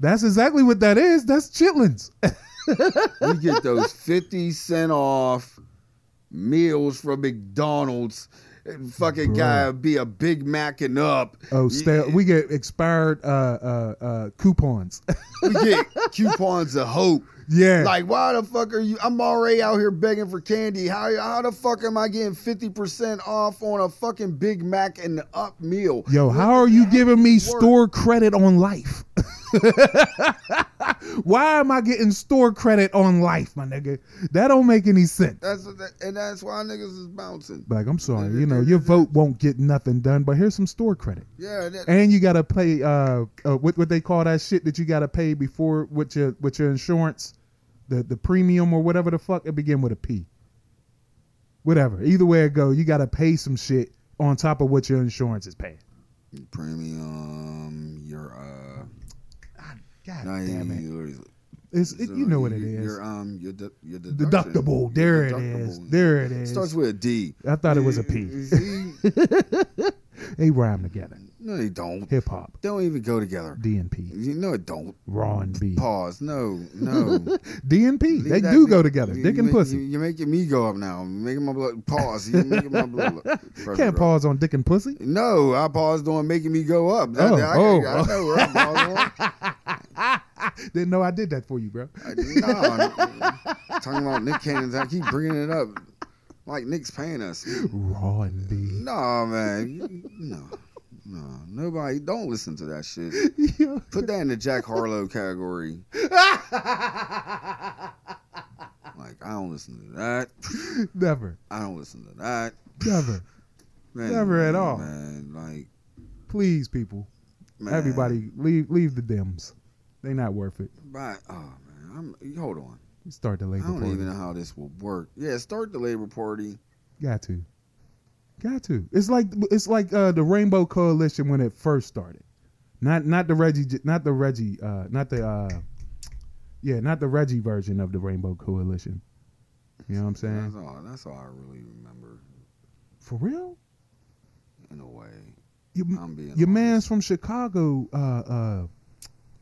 A: That's exactly what that is. That's chitlins.
B: We get those fifty cent off meals from McDonald's fucking
A: Bro.
B: guy be a Big Mac and up.
A: Oh,
B: Yeah.
A: stale. We get expired uh, uh, uh, coupons.
B: We get coupons of hope.
A: yeah.
B: Like, why the fuck are you? I'm already out here begging for candy. How how the fuck am I getting fifty percent off on a fucking Big Mac and up meal?
A: Yo,
B: What
A: how
B: the
A: are you
B: heck
A: giving me
B: work?
A: store credit on life? Why am I getting store credit on life, my nigga? That don't make any sense.
B: That's what that, and that's why niggas is bouncing.
A: Like, I'm sorry, you know, your vote won't get nothing done, but here's some store credit.
B: Yeah, that,
A: And you gotta pay uh, uh what what they call that shit that you gotta pay before with your with your insurance, the the premium or whatever the fuck it begin with a P. Whatever. Either way it go, you gotta pay some shit on top of what your insurance is paying.
B: premium. Your uh,
A: God
B: no,
A: damn it.
B: your-
A: It's it, you know what it
B: your-
A: is.
B: Your um, your de- your deduction.
A: deductible.
B: Your
A: There it
B: deductible.
A: is. There it is.
B: Starts with a D.
A: I thought it was a P.
B: See?
A: They rhyme together.
B: no, they don't.
A: Hip hop,
B: They don't even go together.
A: D and P,
B: You know it don't.
A: raw and B,
B: Pause. No, no.
A: D and P. They
B: Leave that-
A: do go together.
B: you-
A: Dick
B: you
A: and
B: make- You,
A: pussy.
B: you're making me go up now. You're making my blood pause. You're making my blood. Bro,
A: Can't
B: bro.
A: pause on dick and pussy.
B: No, I paused on making me go up. That-
A: Oh,
B: I, I,
A: oh.
B: I know where I paused
A: Didn't know I did that for you, bro.
B: on. no, talking about Nick Cannon's. I keep bringing it up. Like Nick's paying us.
A: Raw and B.
B: No, man. No. No. Nobody. Don't listen to that shit.
A: Yo.
B: Put that in the Jack Harlow category. Like, I don't listen to that.
A: never,
B: I don't listen to that.
A: never.
B: Man,
A: Never at all.
B: Man, like,
A: Please, people,
B: man.
A: everybody, leave leave the dims. They not worth it.
B: But oh man, I'm hold on.
A: Start the
B: I
A: labor
B: don't
A: party.
B: even know how this will work. Yeah, start the labor party.
A: Got to. Got to. It's like it's like uh, the Rainbow Coalition when it first started. Not not the Reggie not the Reggie uh, not the uh, yeah, not the Reggie version of the Rainbow Coalition. You know what I'm
B: That's
A: saying?
B: all. That's all I really remember
A: For real?
B: in a way.
A: Your,
B: I'm being
A: your
B: honest.
A: man's from Chicago uh, uh,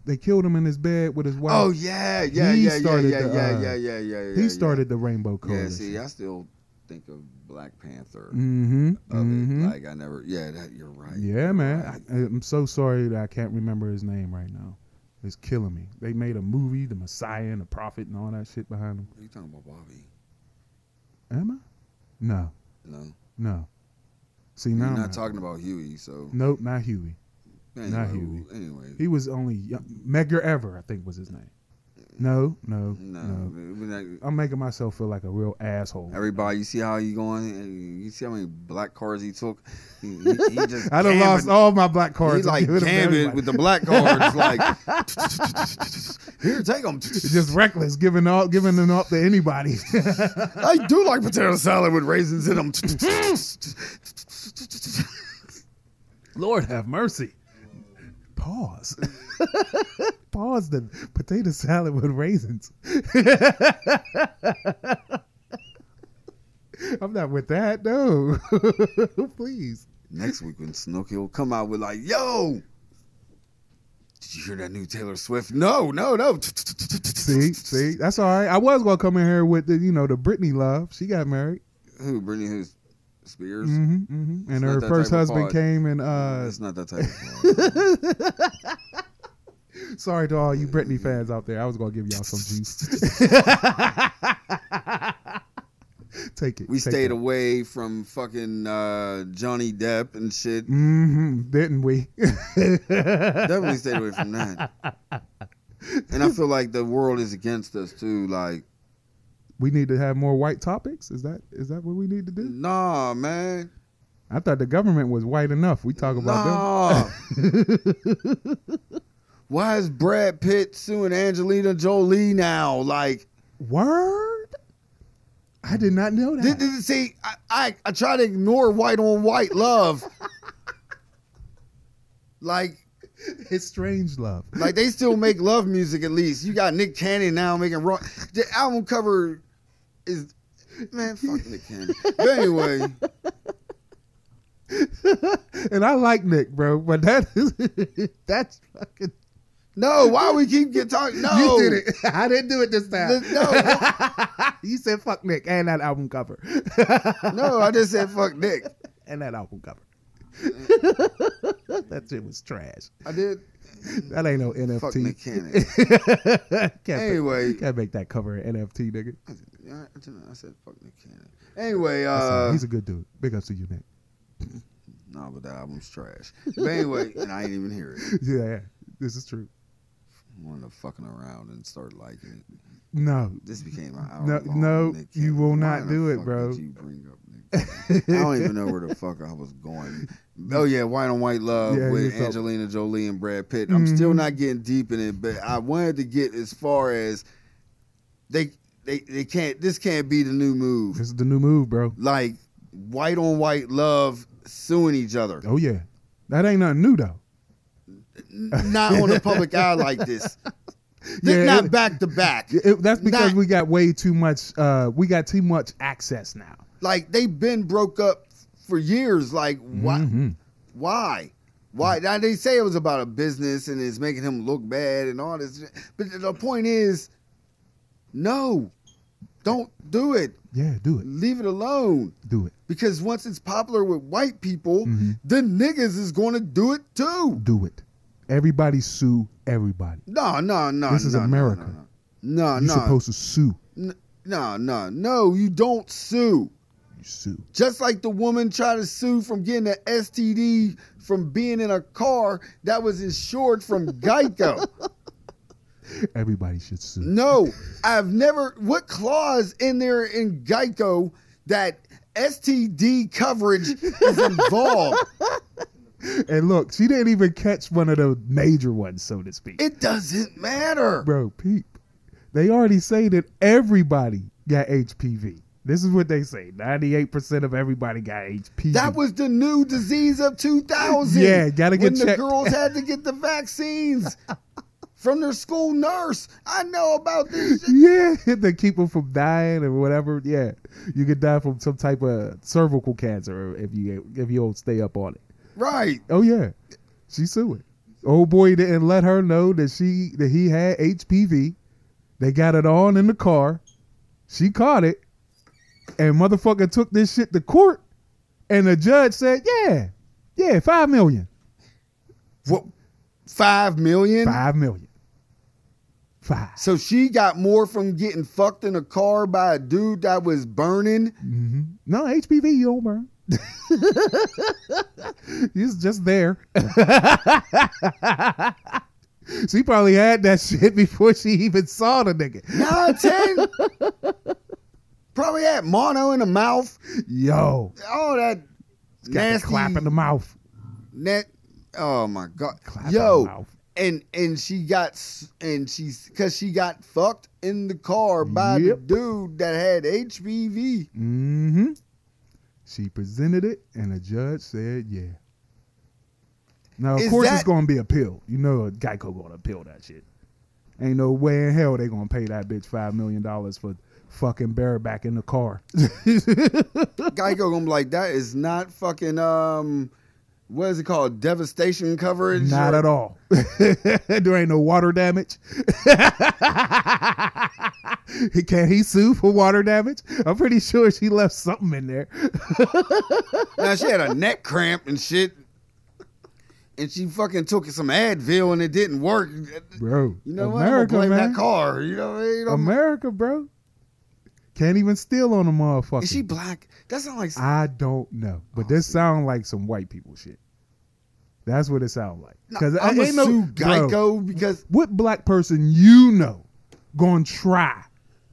A: they killed him in his bed with his wife.
B: Oh yeah, yeah,
A: He
B: yeah, yeah,
A: started
B: yeah,
A: the,
B: yeah,
A: uh,
B: yeah, yeah, yeah, yeah.
A: he started the Rainbow
B: Yeah. yeah,
A: Coalition.
B: see, I still think of Black Panther
A: mm-hmm.
B: of
A: hmm
B: it. Like I never. Yeah, that, you're right.
A: Yeah,
B: you're
A: man.
B: right.
A: I, I'm so sorry that I can't remember his name right now. It's killing me. They made a movie, The Messiah and the Prophet, and all that shit behind him.
B: What are you talking about, Bobby?
A: Am I? No,
B: No,
A: no. See,
B: you're
A: now
B: not
A: I'm not.
B: talking about Huey. So
A: Nope, not Huey.
B: anyway,
A: not Huey.
B: Anyway,
A: He was only young. Megger Ever, I think was his name. No, no,
B: no.
A: no.
B: we're not-
A: I'm making myself feel like a real asshole.
B: Everybody, you see how he going? and You see how many black cards he took? He, he, he just
A: I done
B: gambled.
A: lost all my black
B: He
A: cards. I
B: like
A: give it to
B: gambit
A: everybody.
B: with the black cards. like here, take them.
A: just reckless, giving all, giving them up to anybody.
B: I do like potato salad with raisins in them.
A: Lord have mercy. Pause. Pause the potato salad with raisins. I'm not with that, no. Please.
B: Next week when Snooki will come out with like, yo. Did you hear that new Taylor Swift? No, no, no.
A: See, see, that's all right. I was gonna come in here with the, you know, the Britney love. She got married,
B: Who? Brittany who's Spears?
A: hmm hmm
B: It's
A: and
B: not
A: her
B: that
A: first
B: type of
A: husband
B: pod.
A: came and uh,
B: That's not that type of card.
A: Sorry to all you Britney fans out there. I was gonna give y'all some juice. Take it.
B: We stayed away from fucking uh, Johnny Depp and shit.
A: Mm-hmm. Didn't we?
B: Definitely stayed away from that. And I feel like the world is against us too. Like,
A: we need to have more white topics. Is that is that what we need to do?
B: nah, man.
A: I thought the government was white enough. We talk about
B: Nah.
A: them.
B: Why is Brad Pitt suing Angelina Jolie now? Like,
A: Word. I did not know that.
B: this, this, see, I, I, I try to ignore white on white love. like,
A: it's strange love.
B: Like they still make love music at least. You got Nick Cannon now making rock. The album cover is man, fuck Nick Cannon. But anyway,
A: and I like Nick, bro, but that is that's fucking
B: no, why we keep get talking? No,
A: You did it. I didn't do it this time.
B: The-
A: you said fuck Nick and that album cover.
B: no, I just said fuck Nick.
A: and that album cover. that shit was trash.
B: I did.
A: That ain't no NFT.
B: Fuck mechanics.
A: can't,
B: Anyway.
A: make, can't make that cover an NFT, nigga.
B: I I- I don't know, I said fuck mechanics. Anyway,
A: I said,
B: uh,
A: He's a good dude. Big up to you, Nick.
B: nah, but that album's trash. But anyway, and I ain't even hear it.
A: Yeah, this is true.
B: Wanted to fucking around and start liking it.
A: No,
B: This became an hour
A: No-
B: long
A: no,
B: Nick
A: you
B: Cannon.
A: will
B: Why
A: not
B: the
A: do it,
B: fuck
A: bro.
B: did you bring up Nick I don't even know where the fuck I was going. Oh yeah, White on White Love
A: Yeah, you
B: with
A: felt-
B: Angelina Jolie and Brad Pitt. I'm still
A: Mhm.
B: not getting deep in it, but I wanted to get as far as they they they can't. This can't be the new move.
A: this is the new move, bro.
B: Like white on white love suing each other.
A: Oh yeah, that ain't nothing new though.
B: N- Not on the public eye like this. They're
A: Yeah,
B: not
A: it-
B: back to back.
A: It- that's because
B: Not-
A: we got way too much. Uh, we got too much access now.
B: Like they've been broke up for years. Like why?
A: Mhm.
B: Why? Why? Now they say it was about a business and it's making him look bad and all this, but the point is, no, don't do it.
A: Yeah, do it.
B: Leave it alone
A: Do it.
B: because once it's popular with white people,
A: Mhm.
B: then niggas is going to do it too.
A: Do it. Everybody sue everybody.
B: No, no, no.
A: This is
B: no, no,
A: America.
B: No, no,
A: You're
B: no, no,
A: supposed to sue.
B: no, no, no. You don't sue.
A: You sue.
B: Just like the woman tried to sue from getting an STD from being in a car that was insured from Geico.
A: Everybody should sue.
B: No, I've never. What clause in there in Geico that STD coverage is involved?
A: And look, she didn't even catch one of the major ones, so to speak.
B: it doesn't matter.
A: Bro, peep. They already say that everybody got HPV. This is what they say. Ninety-eight percent of everybody got HPV.
B: That was the new disease of 2000.
A: Yeah, gotta get
B: when the
A: checked.
B: girls had to get the vaccines from their school nurse. I know about this. shit.
A: yeah, to keep them from dying or whatever. Yeah, you could die from some type of cervical cancer if you if you don't stay up on it.
B: Right.
A: Oh yeah, she suing. Old boy didn't let her know that she that he had HPV. They got it on in the car. She caught it, and motherfucker took this shit to court. And the judge said, "Yeah, yeah, five million,
B: What? Five million.
A: five million, five.
B: So she got more from getting fucked in a car by a dude that was burning.
A: Mm-hmm. No HPV, you don't burn. it's just there. she probably had that shit before she even saw the nigga.
B: Nah, ten. Probably had mono in the mouth.
A: Yo,
B: All that
A: It's got the
B: nasty
A: clap in the mouth.
B: net. Oh my god,
A: Clap in the
B: yo!
A: mouth.
B: And and she got s- and she's because she got fucked in the car by
A: Yep.
B: the dude that had HPV.
A: Mm-hmm. She presented it, and the judge said, "Yeah." Now, of
B: Is
A: course, it's
B: that-
A: gonna be appeal. You know, Geico gonna appeal that shit. Ain't no way in hell they gonna pay that bitch five million dollars for fucking bear back in the car.
B: Geico gonna be like, that is not fucking um, what is it called? Devastation coverage.
A: Not at all. there ain't no water damage. He- Can he sue for water damage? I'm pretty sure she left something in there.
B: Now she had a neck cramp and shit, and she fucking took some Advil and it didn't work.
A: Bro,
B: You know
A: America,
B: what? I'm gonna blame
A: man.
B: that car. You know what I mean? I'm-
A: America, bro. Can't even steal on a motherfucker.
B: Is she black? That sounds like
A: I don't know, but
B: Oh,
A: this
B: see.
A: sound like some white people shit. That's what it sound like. Because
B: I'm gonna
A: ain't no
B: sue
A: bro,
B: Geico because
A: what black person you know gonna try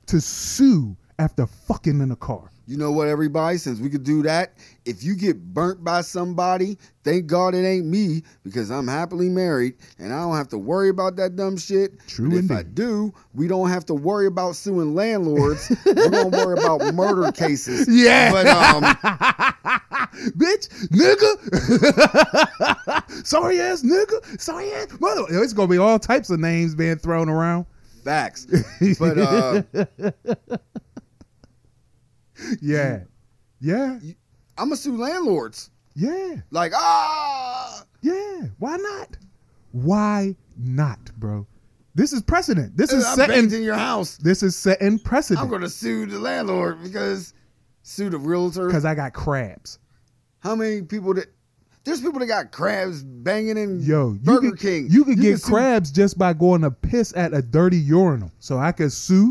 A: to sue after fucking in a car?
B: you know what, everybody. Since we could do that, if you get burnt by somebody, thank God it ain't me because I'm happily married and I don't have to worry about that dumb shit.
A: True
B: But if I
A: indeed.
B: do, we don't have to worry about suing landlords. we don't worry about murder cases.
A: Yeah.
B: But um,
A: bitch, nigga, sorry ass nigga, sorry ass mother. It's gonna be all types of names being thrown around.
B: facts. But uh,
A: yeah,
B: Mm.
A: yeah,
B: I'm gonna sue landlords.
A: yeah,
B: Like ah,
A: yeah. Why not? Why not, bro? This is precedent. This is
B: I
A: setting.
B: banged in your house.
A: This is setting
B: I'm
A: precedent
B: gonna sue the landlord because sue the realtor.
A: because I got crabs.
B: How many people that there's people that got crabs banging in
A: Yo, you
B: Burger
A: could-
B: King.
A: You could get
B: see-
A: crabs just by going to piss at a dirty urinal. So I could sue.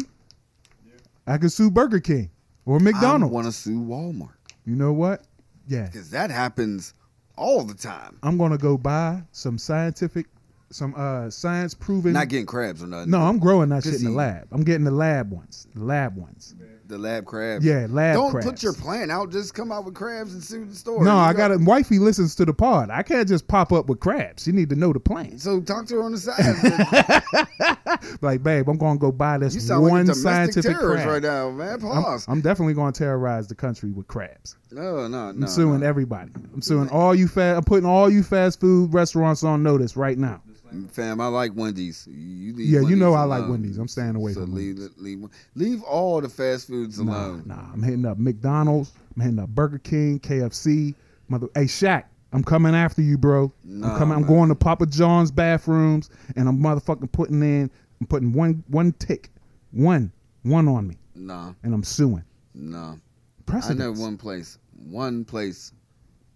A: I could sue Burger King or
B: I
A: McDonald's.
B: want to sue Walmart
A: You know what? Yeah,
B: because that happens all the time.
A: I'm gonna go buy some scientific, some uh science proven.
B: Not getting crabs or nothing.
A: no, I'm growing that shit
B: Just
A: in the
B: eat.
A: lab. I'm getting the lab ones. The lab ones.
B: the lab crabs.
A: Yeah, lab.
B: Don't
A: crabs.
B: put your plan out. Just come out with crabs and sue the store.
A: No,
B: You
A: I got to Wifey listens to the pod. I can't just pop up with crabs. She need to know the plans.
B: So talk to her on the side.
A: Like, babe, I'm gonna go buy this
B: you sound
A: one
B: like a domestic
A: scientific
B: terrorist
A: crab.
B: right now, man.
A: I'm-
B: Pause.
A: I'm, definitely going to terrorize the country with crabs.
B: no, no,
A: I'm
B: no.
A: suing everybody. I'm suing all you fast. I'm putting all you fast food restaurants on notice right now.
B: Fam, I like Wendy's. You leave
A: Yeah, you know
B: Wendy's
A: I like
B: alone.
A: Wendy's. I'm staying away
B: so
A: from
B: leave, leave, leave all the fast foods
A: Nah,
B: alone.
A: nah, I'm hitting up McDonald's. I'm hitting up Burger King, KFC. Mother, hey Shaq, I'm coming after you, bro.
B: Nah,
A: I'm coming. I'm
B: man.
A: going to Papa John's bathrooms, and I'm motherfucking putting in. I'm putting one one tick, one one on me,
B: Nah,
A: and I'm suing.
B: nah. I
A: Precedence.
B: know one place, one place,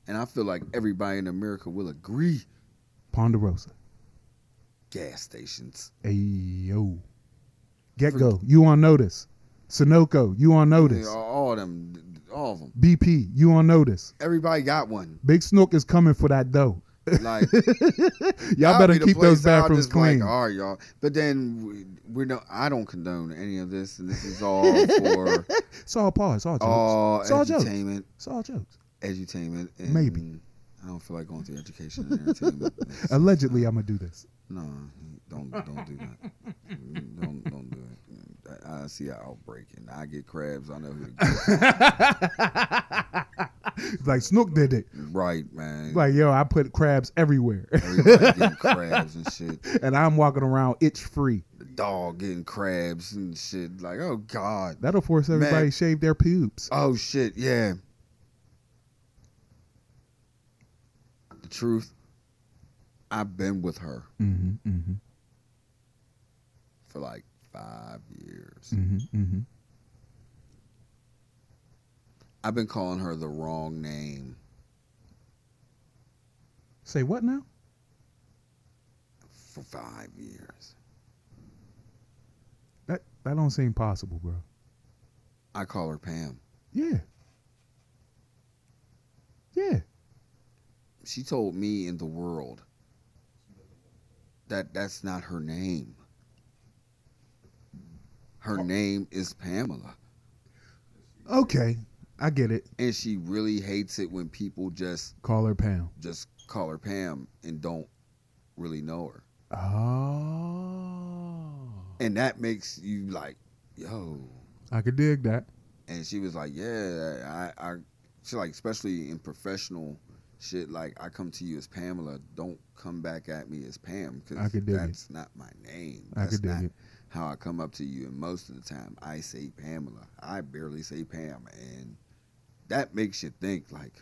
B: and I feel like everybody in America will agree.
A: Ponderosa.
B: Gas stations.
A: Ayo. Get go. You on notice. Sunoco, you on
B: They
A: notice.
B: are all them, all of them.
A: BP, you on notice.
B: Everybody got one.
A: Big Snook is coming for that dough.
B: Like
A: Y'all
B: I'll be
A: better
B: the
A: keep those
B: place I'll
A: bathrooms
B: just be like, uh,
A: clean.
B: all right, y'all. But then we- we don't. I don't condone any of this, and this is all for
A: it's all pause. It's all jokes.
B: all
A: it's all jokes.
B: entertainment.
A: It's all jokes.
B: edutainment. And
A: Maybe.
B: I don't feel like going through education and entertainment. It's-
A: Allegedly, I'm gonna do this.
B: no, don't don't do that. Mm, Don't don't do it. I, I see an outbreak and I get crabs. I know who to get.
A: Like Snook did it.
B: right, man.
A: Like yo, I put crabs everywhere,
B: Everybody getting crabs and shit.
A: and I'm walking around itch free.
B: The dog getting crabs and shit. Like, oh God.
A: That'll force everybody
B: Man.
A: to shave their pubes.
B: Oh shit, yeah. The truth. I've been with her
A: Mm-hmm, mm-hmm,
B: for like five years.
A: mm-hmm, mm-hmm.
B: I've been calling her the wrong name
A: Say what now?
B: for five years.
A: That that don't seem possible, bro.
B: I call her Pam.
A: Yeah. Yeah.
B: She told me in the world that that's not her name. Her name is Pamela.
A: Okay. I get it.
B: And she really hates it when people just
A: Call her Pam.
B: just call her Pam and don't really know her.
A: Oh.
B: And that makes you like, yo.
A: I could dig that.
B: And she was like, Yeah, I, I she like especially in professional shit, like I come to you as Pamela, don't come back at me as Pam
A: I
B: because
A: could dig it.
B: that's not my name.
A: I
B: That's
A: could dig
B: not
A: it.
B: how I come up to you, and most of the time I say Pamela. I barely say Pam, and that makes you think like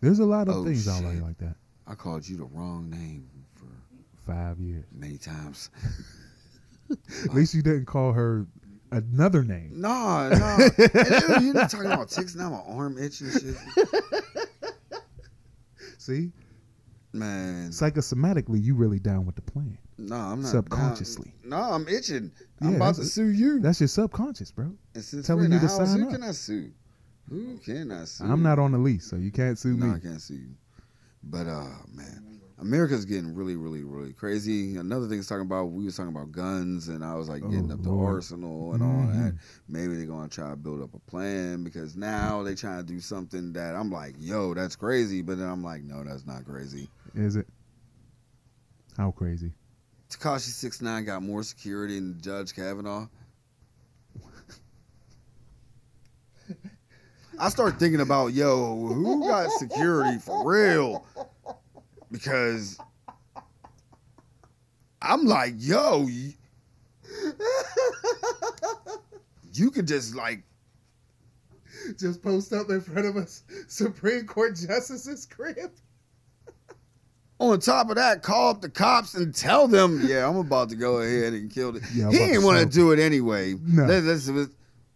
A: There's a lot of
B: Oh,
A: things I like
B: shit.
A: like that.
B: I called you the wrong name for
A: Five years.
B: many times.
A: At least you didn't call her another name.
B: Nah, nah. And then you talking about ticks now, my arm itching shit,
A: See?
B: man.
A: Psychosomatically, you really down with the plan.
B: Nah, I'm not
A: Subconsciously.
B: No, nah, I'm itching. I'm
A: Yeah,
B: about
A: that's
B: to
A: it.
B: sue you.
A: That's your subconscious, bro.
B: And since
A: telling
B: we're in the
A: you to
B: house,
A: sign
B: who
A: up.
B: can I sue? Who can I sue?
A: I'm not on the lease, so you can't sue
B: No, I
A: me.
B: can't sue you. But uh, man, America's getting really, really, really crazy. Another thing's talking about we was talking about guns, and I was like getting
A: Oh,
B: up the
A: Lord. Mm-hmm.
B: arsenal and all that. Maybe they're gonna try to build up a plan because now they trying to do something that I'm like, yo, that's crazy. But then I'm like, no, that's not crazy.
A: Is it? How crazy?
B: Takashi six nine got more security than Judge Kavanaugh. I start thinking about yo, who got security for real? Because I'm like, yo, you, you could just like
A: Just post up in front of us Supreme Court Justice's crib.
B: on top of that call up the cops and tell them, yeah, I'm about to go ahead and kill it.
A: Yeah, I'm
B: he
A: about
B: didn't
A: to
B: want to
A: smoke.
B: do it anyway.
A: No.
B: Let- let's- let's-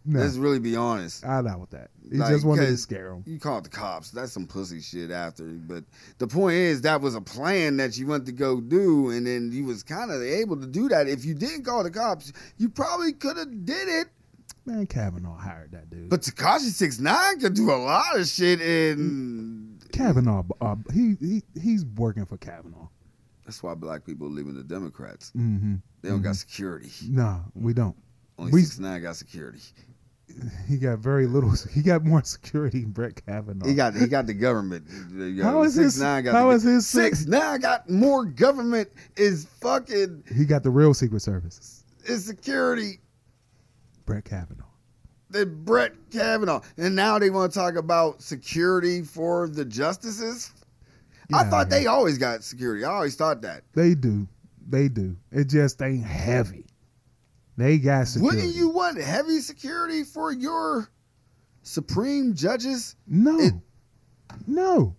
A: No,
B: Let's really be honest.
A: I doubt with that. He
B: Like,
A: just wanted to
B: 'cause-
A: scare him.
B: You called the cops. That's some pussy shit after. But the point is, that was a plan that you went to go do, and then you was kind of able to do that. If you didn't call the cops, you probably could have did it.
A: Man, Kavanaugh hired that dude.
B: But Takashi Six Nine could do a lot of shit, and
A: Kavanaugh, uh, he, he he's working for Kavanaugh.
B: that's why black people are leaving the Democrats.
A: Mm-hmm.
B: They don't got security.
A: Nah, we don't.
B: Only
A: We-
B: Six Nine got security.
A: He got very little. He got more security than Brett Kavanaugh.
B: He got he got the government. He got-
A: Oh. How is his-
B: 6ix9ine got
A: how
B: the-
A: is his-
B: six nine got more government is fucking
A: he got the real Secret Service.
B: is security
A: Brett Kavanaugh.
B: than Brett Kavanaugh, and now they want to talk about security for the justices.
A: Get
B: I
A: outta
B: thought
A: here.
B: they always got security. I always thought that.
A: They do. They do. It just ain't heavy. They got security.
B: Wouldn't you want heavy security for your supreme judges?
A: No.
B: It-
A: no.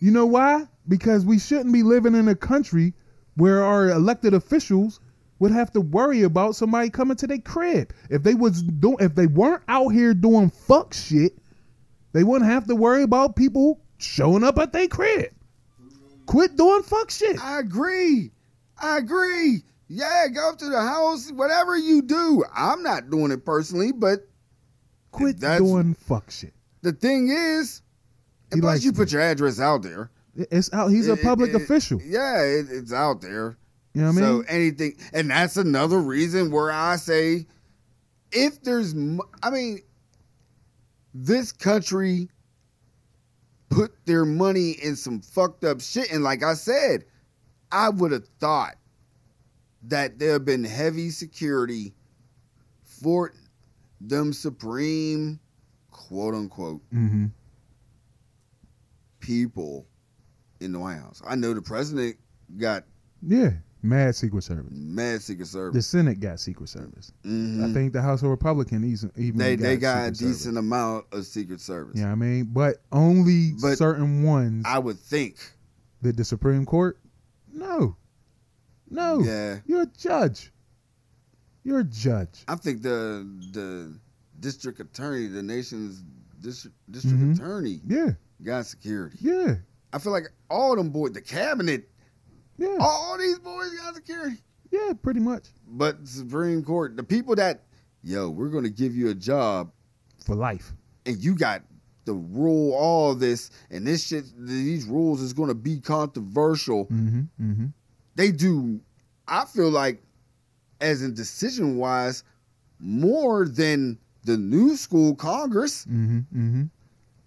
A: You know why? Because we shouldn't be living in a country where our elected officials would have to worry about somebody coming to their crib. If they was doing if they weren't out here doing fuck shit, they wouldn't have to worry about people showing up at their crib. Quit doing fuck shit.
B: I agree. I agree. Yeah, go up to the house, whatever you do. I'm not doing it personally, but
A: Quit
B: that's-
A: doing fuck shit.
B: the thing is,
A: He
B: and plus
A: likes
B: you
A: to
B: put your address out there.
A: It- It's out. He's a
B: It-
A: public
B: it- it-
A: official.
B: Yeah, it, it's out there.
A: You know what I mean?
B: So anything, and that's another reason where I say, if there's, m- I mean, this country put their money in some fucked up shit, and like I said, I would have thought that there have been heavy security for them supreme, quote unquote,
A: mm-hmm.
B: people in the White House. I know the president got
A: Yeah. Mad Secret Service.
B: mad Secret Service.
A: The Senate got Secret Service.
B: Mhm.
A: I think the House of Republican even even
B: They
A: got
B: they got a
A: Secret Service.
B: decent amount of Secret Service.
A: Yeah, I mean, but only
B: But-
A: certain ones.
B: I would think.
A: Did the Supreme Court? No, no.
B: Yeah,
A: You're a judge. You're a judge.
B: I think the the district attorney, the nation's district district
A: Mhm.
B: attorney,
A: Yeah,
B: got security.
A: yeah,
B: I feel like all them boys, the cabinet,
A: yeah,
B: all these boys got security.
A: yeah. Pretty much
B: But Supreme Court, the people that, yo, we're gonna give you a job,
A: for life.
B: and you got to rule all this, and this shit, these rules is gonna be controversial.
A: Mm-hmm. Mm-hmm.
B: they do i feel like as in decision wise more than the new school congress
A: Mm-hmm. Mm-hmm.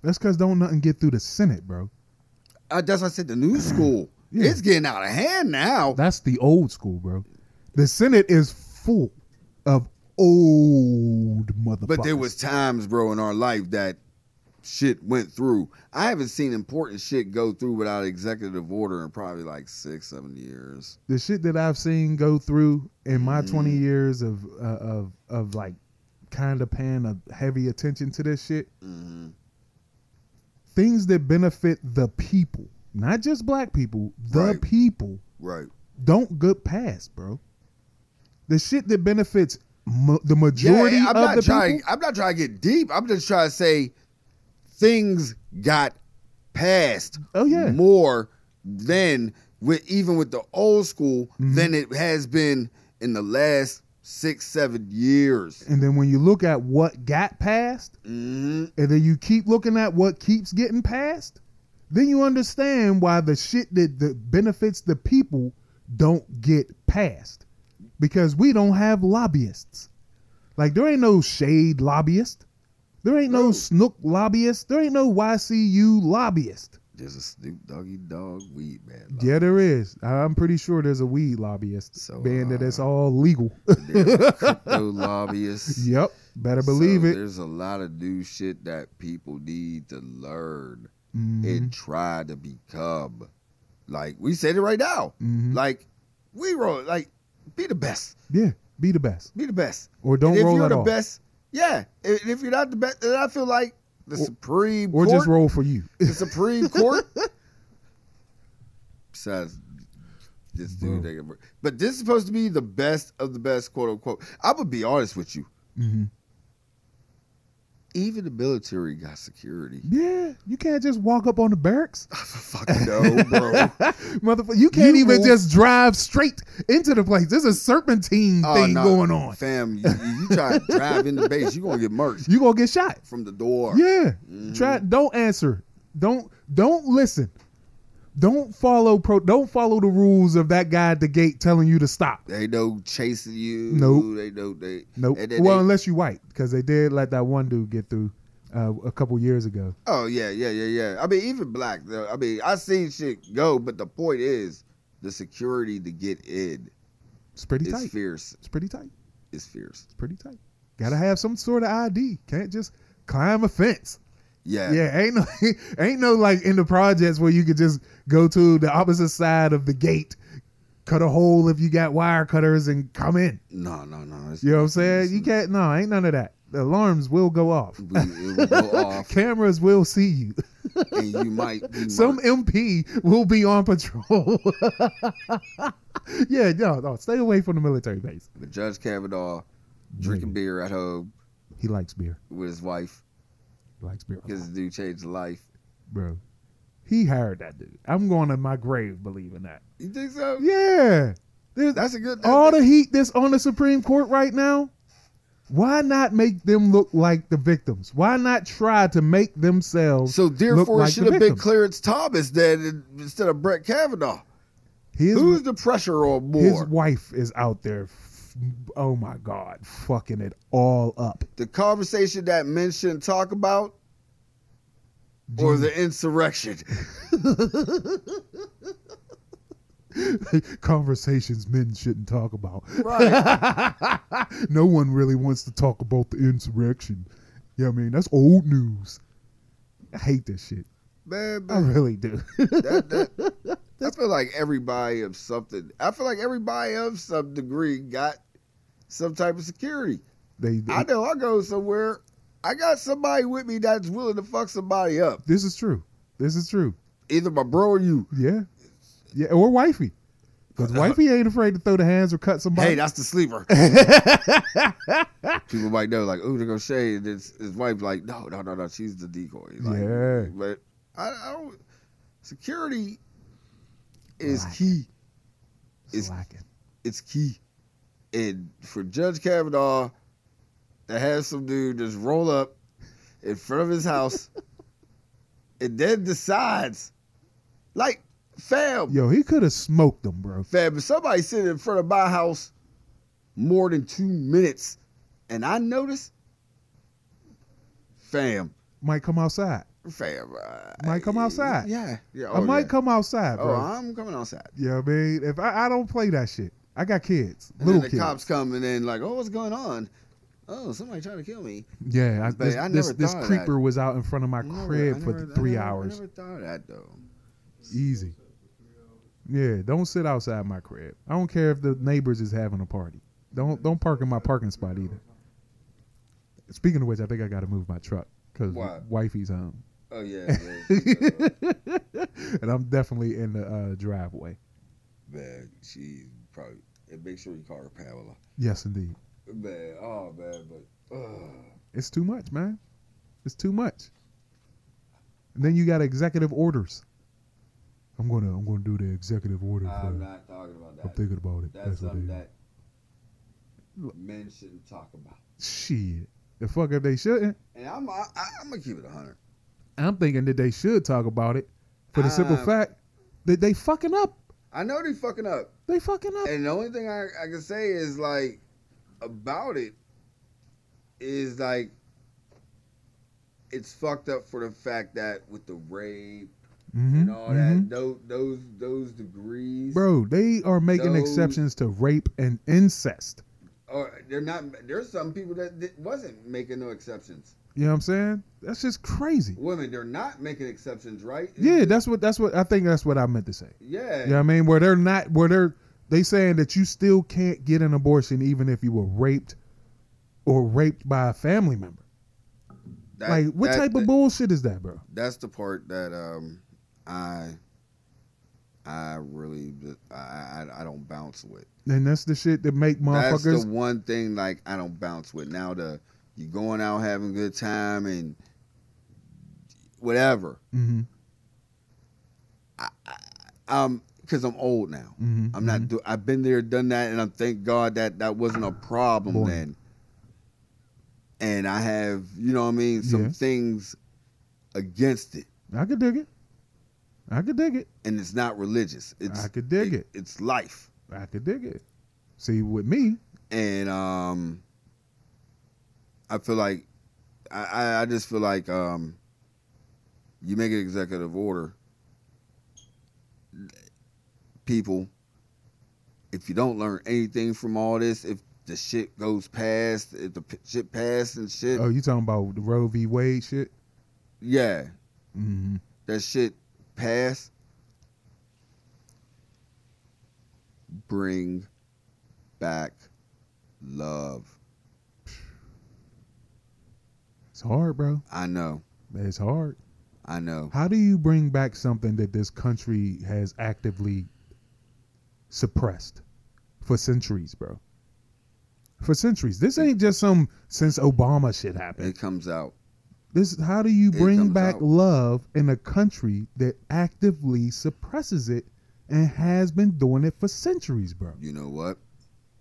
A: That's because don't nothing get through the Senate, bro.
B: uh, that's why i said the new school
A: Yeah.
B: it's getting out of hand now
A: That's the old school, bro. The Senate is full of old motherfuckers.
B: but there was times bro in our life that shit went through i haven't seen important shit go through without executive order in probably like six seven years
A: the shit that I've seen go through in my
B: Mhm.
A: 20 years of uh, of of like kind of paying a heavy attention to this shit,
B: hmm
A: things that benefit the people, not just black people, the
B: Right.
A: people
B: right
A: don't get past, bro. The shit that benefits mo- the majority
B: yeah, I'm
A: of
B: not
A: the
B: trying,
A: people.
B: I'm not trying to get deep. I'm just trying to say things got passed
A: Oh yeah.
B: more than with even with the old school
A: Mhm.
B: than it has been in the last six, seven years.
A: And then when you look at what got passed,
B: hmm
A: and then you keep looking at what keeps getting passed, then you understand why the shit that, that benefits the people don't get passed. Because we don't have lobbyists. Like there ain't no shade lobbyist. There ain't no
B: No.
A: snook lobbyist. There ain't no YCU lobbyist.
B: There's a Snoop Doggy Dog weed man.
A: Yeah, there is. I'm pretty sure there's a weed lobbyist,
B: So,
A: being that
B: uh,
A: it's all legal.
B: There's crypto lobbyists.
A: yep, better believe
B: So
A: it.
B: There's a lot of new shit that people need to learn
A: Mhm,
B: and try to become. Like we said it right now.
A: mhm.
B: Like we roll. Like be the best.
A: yeah, be the best,
B: Be the best.
A: or don't
B: and if
A: roll
B: you're
A: at
B: the
A: all,
B: best, yeah. And if you're not the best, then I feel like the
A: Or-
B: Supreme
A: or
B: Court,
A: just roll for you.
B: the Supreme Court. Besides, this
A: Bro.
B: dude, they can- but this is
A: Mm-hmm.
B: supposed to be the best of the best, quote unquote. I would be honest with you.
A: hmm
B: Even the military got security.
A: Yeah, you can't just walk up on the barracks.
B: Fuck no, bro.
A: Motherfucker, you can't
B: You
A: even
B: will-
A: just drive straight into the place. There's a serpentine
B: Oh,
A: thing
B: no,
A: going on.
B: Fam, you, you try to drive in the base, you gonna get murked
A: You gonna get shot.
B: from the door.
A: Yeah.
B: Mhm.
A: Try don't answer. Don't don't listen. Don't follow pro don't follow the rules of that guy at the gate telling you to stop.
B: They know chasing you.
A: Nope.
B: They know they.
A: Nope.
B: And then
A: Well,
B: they-
A: unless you white, because they did let that one dude get through uh, a couple years ago.
B: Oh yeah, yeah, yeah, yeah. I mean, even black. though. I mean, I seen shit go, but the point is, the security to get in
A: It's pretty
B: is
A: tight.
B: fierce.
A: It's pretty tight.
B: Is fierce.
A: It's pretty tight. Gotta have some sort of ID. Can't just climb a fence.
B: Yeah.
A: Yeah, ain't no, ain't no like in the projects where you could just go to the opposite side of the gate, cut a hole if you got wire cutters, and come in.
B: No, no, no. It's,
A: You know what I'm saying?
B: it's-
A: You can't. No, ain't none of that. The alarms will go off.
B: we- it will go off,
A: Cameras will see you.
B: and you might. Be
A: Some
B: murked.
A: MP will be on patrol. yeah, no, no. Stay away from the military base.
B: But Judge Kavanaugh drinking beer at home
A: He likes beer.
B: with his wife
A: He likes beer.
B: because the dude changed his life.
A: Bro, he hired that dude. I'm going to my grave believing that.
B: You think so?
A: Yeah. There's,
B: That's a good.
A: all the heat that's on the Supreme Court right now, why not make them look like the victims? Why not try to make themselves?
B: So therefore,
A: like the
B: it should have been
A: victims.
B: Clarence Thomas then instead of Brett Kavanaugh.
A: his,
B: Who's the pressure on more?
A: his wife is out there. f- Oh my God, fucking it all up.
B: the conversation that men shouldn't talk about or the insurrection.
A: Conversations men shouldn't talk about.
B: Right.
A: no one really wants to talk about the insurrection. Yeah, I mean that's old news. I hate this shit.
B: Man,
A: I
B: but
A: really do.
B: that, that, I feel like everybody of something, I feel like everybody of some degree got some type of security.
A: they,
B: I know I go somewhere, I got somebody with me that's willing to fuck somebody up.
A: this is true. This is true.
B: Either my bro or you.
A: Yeah. Yeah, or wifey. Because wifey ain't afraid to throw the hands or cut
B: Uh,
A: somebody.
B: Hey, that's the sleeper. People might know, like, oh, they're gonna shade. And his, his wife, like, no, no, no, no, she's the decoy. Like,
A: Yeah.
B: But I, I don't. Security is
A: Right.
B: key. it's-
A: Slacking.
B: It's key. And for Judge Kavanaugh to have some dude just roll up in front of his house and then decides, like, fam,
A: Yo, he could have smoked them, bro.
B: fam, if somebody sitting in front of my house more than two minutes and I notice, fam,
A: Might come outside.
B: fam. Uh,
A: Might come outside.
B: Yeah. yeah.
A: I
B: oh,
A: might
B: yeah.
A: come outside,
B: Oh,
A: bro.
B: I'm coming outside.
A: You know what I mean? If I, I don't play that shit. I got kids.
B: And
A: little
B: then the
A: kids.
B: cops come and then like, oh, what's going on? Oh, somebody trying to kill me.
A: Yeah, I,
B: But
A: this,
B: I never
A: this, this
B: thought of that.
A: creeper was out in front of my
B: I never-
A: crib
B: I
A: for
B: never- I
A: three
B: never-
A: hours.
B: I never thought of that though.
A: Easy. Yeah, don't sit outside my crib. I don't care if the neighbors is having a party. Don't don't park in my parking spot either. Speaking of which, I think I got to move my truck because
B: Why?
A: wifey's home,
B: Oh yeah, yeah,
A: and I'm definitely in the uh, driveway.
B: man. She probably. And make sure you call her Pamela.
A: Yes, indeed.
B: Man, oh man, but uh,
A: It's too much, man. It's too much. And then you got executive orders. I'm gonna I'm gonna do the executive order.
B: I'm
A: For,
B: not talking about
A: I'm
B: that.
A: thinking about it.
B: That's,
A: That's, what
B: something
A: it is.
B: that men shouldn't talk about.
A: Shit. The fuck if they shouldn't.
B: And I'm I, I'm gonna keep it a hundred.
A: I'm thinking that they should talk about it for the simple
B: Uh,
A: fact that they fucking up.
B: I know they fucking up.
A: They fucking up.
B: And the only thing I, I can say is like about it is like it's fucked up for the fact that with the rape
A: Mhm,
B: and all
A: mhm.
B: that, those those those degrees,
A: Bro, they are making
B: Those-
A: exceptions to rape and incest.
B: or they're not. There's some people that that wasn't making no exceptions.
A: You know what I'm saying? That's just crazy.
B: Women, they're not making exceptions, right? It's
A: Yeah,
B: just-
A: that's what that's what I think that's what I meant to say.
B: yeah,
A: You know what I mean? Where they're not where they're they saying that you still can't get an abortion even if you were raped or raped by a family member.
B: That-
A: like what
B: that-
A: type of
B: that-
A: bullshit is that, bro?
B: that's the part that um I I really I I, I don't bounce with.
A: And that's the shit that make
B: That's
A: motherfuckers
B: the one thing like I don't bounce with. Now the You're going out having a good time and whatever.
A: Mm-hmm.
B: Um, because I'm old now.
A: Mm-hmm.
B: I'm not. Do- I've been there, done that, and I'm thank God that that wasn't a problem
A: Boy.
B: then. And I have, you know, what I mean, some
A: Yeah.
B: things against it,
A: I could dig it. I could dig it.
B: and it's not religious. It's
A: I could dig it.
B: It's life,
A: I could dig it. See, with me,
B: and um, I feel like, I I, I just feel like um, you make an executive order, people. If you don't learn anything from all this, if the shit goes past, if the p- shit passed and shit,
A: oh, you talking about the Roe v. Wade shit?
B: yeah,
A: Mm-hmm.
B: that shit pass, bring back love.
A: It's hard, bro.
B: I know,
A: It's hard.
B: I know.
A: How do you bring back something that this country has actively suppressed for centuries, bro? For centuries. This ain't just some since Obama shit happened.
B: It comes out.
A: This how do you
B: It
A: bring
B: comes
A: back
B: out.
A: love in a country that actively suppresses it and has been doing it for centuries, bro?
B: You know what?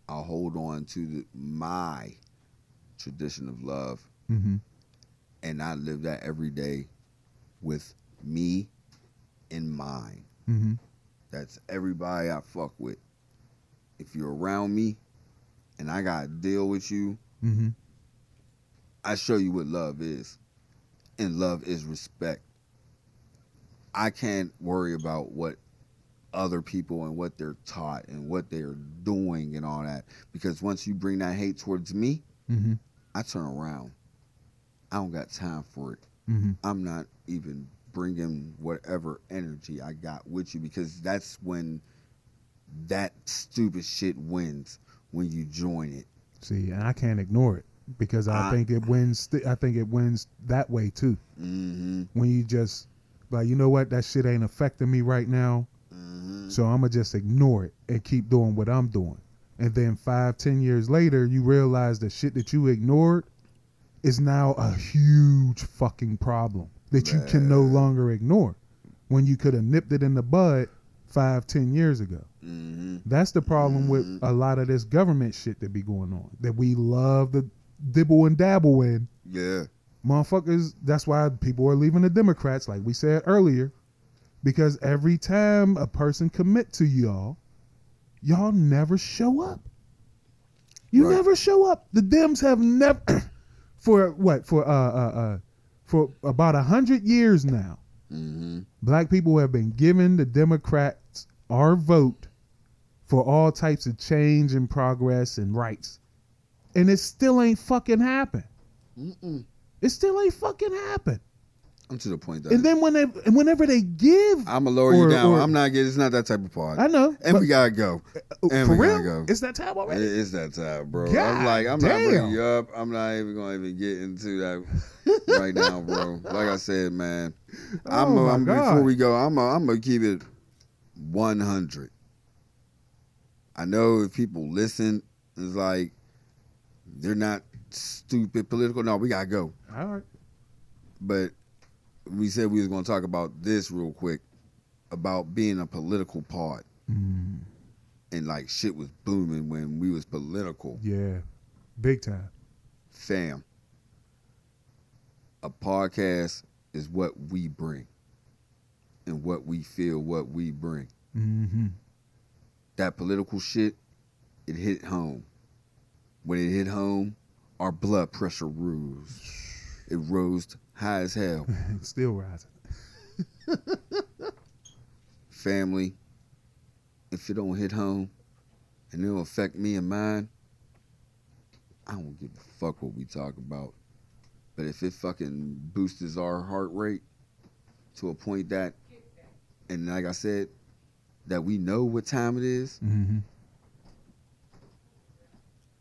B: I'll hold on to the, my tradition of love,
A: Mm-hmm.
B: and I live that every day with me in mind.
A: Mm-hmm.
B: That's everybody I fuck with. If you're around me, and I gotta deal with you,
A: Mm-hmm.
B: I show you what love is. And love is respect. I can't worry about what other people and what they're taught and what they're doing and all that. Because once you bring that hate towards me,
A: Mm-hmm.
B: I turn around. I don't got time for it.
A: Mm-hmm.
B: I'm not even bringing whatever energy I got with you because that's when that stupid shit wins when you join it.
A: See, and I can't ignore it because I
B: I-
A: think it wins. Th- I think it wins that way too.
B: Mm-hmm.
A: When you just like, you know what, that shit ain't affecting me right now,
B: Mm-hmm.
A: so I'ma just ignore it and keep doing what I'm doing. And then five, ten years later, you realize the shit that you ignored is now a huge fucking problem that you can no
B: Man.
A: longer ignore when you could have nipped it in the bud five, ten years ago.
B: Mm-hmm.
A: That's the problem with
B: Mhm.
A: a lot of this government shit that be going on that we love to dibble and dabble in.
B: Yeah.
A: Motherfuckers, that's why people are leaving the Democrats, like we said earlier, because every time a person commit to y'all, y'all never show up. You
B: Right.
A: never show up. The Dems have never, for what, for uh uh uh, for about a hundred years now,
B: Mm-hmm.
A: black people have been giving the Democrats our vote for all types of change and progress and rights. And it still ain't fucking happened.
B: Mm-mm.
A: It still ain't fucking happened.
B: I'm to the point that
A: And then when they, and whenever they give,
B: I'm gonna lower
A: or-
B: you down.
A: or-
B: I'm not getting. It's not that type of part.
A: I know.
B: and
A: but-
B: we gotta go. and
A: for
B: we
A: real,
B: gotta go.
A: it's that time
B: It-
A: already.
B: It's that time, bro.
A: God
B: I'm like, I'm
A: damn.
B: not bringing you up. I'm not even gonna even get into that right now, bro. Like I said, man. I'm,
A: Oh
B: a,
A: my
B: I'm before
A: God.
B: we go. I'm a, I'm gonna keep it 100. I know if people listen, it's like they're not stupid political. No, we gotta go.
A: All right.
B: but we said we was going to talk about this real quick about being a political part
A: Mm,
B: and like shit was booming when we was political
A: yeah, big time.
B: fam a podcast is what we bring and what we feel what we bring
A: Mm-hmm.
B: that political shit it hit home when it hit home our blood pressure rose it rose high as hell
A: still rising.
B: family, if it don't hit home and it'll affect me and mine, I don't give a fuck what we talk about. But if it fucking boosts our heart rate to a point that, and like I said, that we know what time it is,
A: Mm-hmm.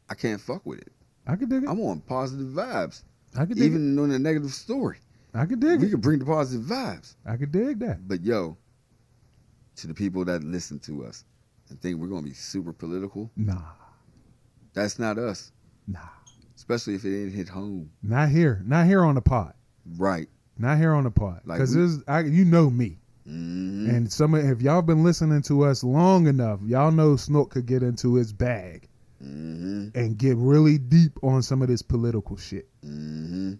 B: I can't fuck with it.
A: I could dig it.
B: I'm on positive vibes,
A: I could dig it.
B: even on a negative story.
A: I could dig
B: We
A: it.
B: can bring the positive vibes.
A: I could dig that.
B: But yo, to the people that listen to us and think we're gonna be super political,
A: Nah,
B: that's not us.
A: nah.
B: especially if it didn't hit home.
A: Not here. Not here on the pod.
B: Right.
A: Not here on the pod.
B: Like
A: Because
B: we-
A: you know me.
B: Mhm.
A: And some of- if y'all been listening to us long enough, y'all know Snook could get into his bag
B: Mhm.
A: and get really deep on some of this political shit.
B: Mhm.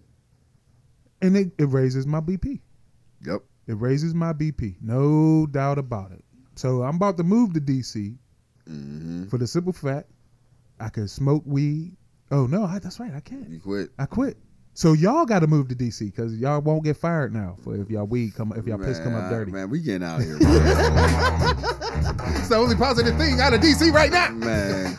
A: And it, it raises my BP.
B: Yep.
A: It raises my BP. No doubt about it. So I'm about to move to DC
B: Mhm.
A: for the simple fact I can smoke weed. Oh no, I, that's right, I can't.
B: You quit.
A: I quit. So y'all got to move to DC because y'all won't get fired now for if y'all weed come if y'all piss come
B: Man,
A: up
B: I-
A: dirty.
B: Man, we getting out of here. bro.
A: That's the only positive thing out of DC right now.
B: man,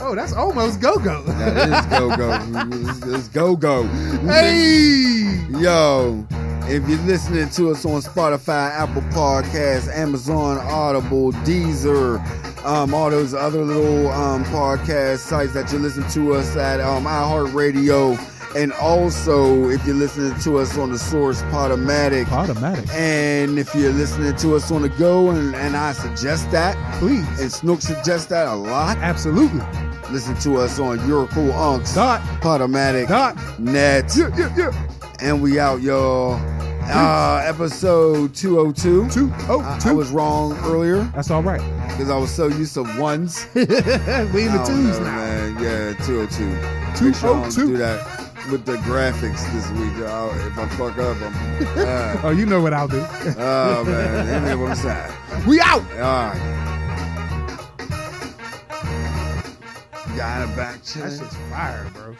A: Oh, that's almost go go.
B: that is go go. It's go go.
A: Hey.
B: Yo, if you're listening to us on Spotify, Apple Podcasts, Amazon, Audible, Deezer, um, all those other little um, podcast sites that you listen to us at, um, iHeartRadio, and also if you're listening to us on the Source Podomatic.
A: Automatic.
B: And if you're listening to us on the go, and, and I suggest that,
A: Please.
B: and Snook suggests that a lot,
A: Absolutely.
B: listen to us on Your Cool Unks,
A: Dot.
B: Podomatic,
A: Dot.
B: Net,
A: Yeah, yeah, yeah.
B: and we out, y'all. Uh, episode 202.
A: Two. Oh,
B: I,
A: two.
B: I was wrong earlier
A: that's all right.
B: because I was so used to ones.
A: we in the
B: I don't
A: twos
B: know,
A: now.
B: Man. Yeah, 202.
A: Two
B: Make sure I
A: oh
B: don't
A: two.
B: do that with the graphics this week. y'all. If I fuck up, I'm. Uh,
A: Oh, you know what I'll do.
B: oh, man. Hit me up on the side.
A: we out.
B: All right. Got a back check.
A: That's just fire, bro.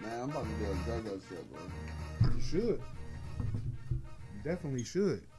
B: Man, I'm about to do a go-go show, bro.
A: You should. You definitely should.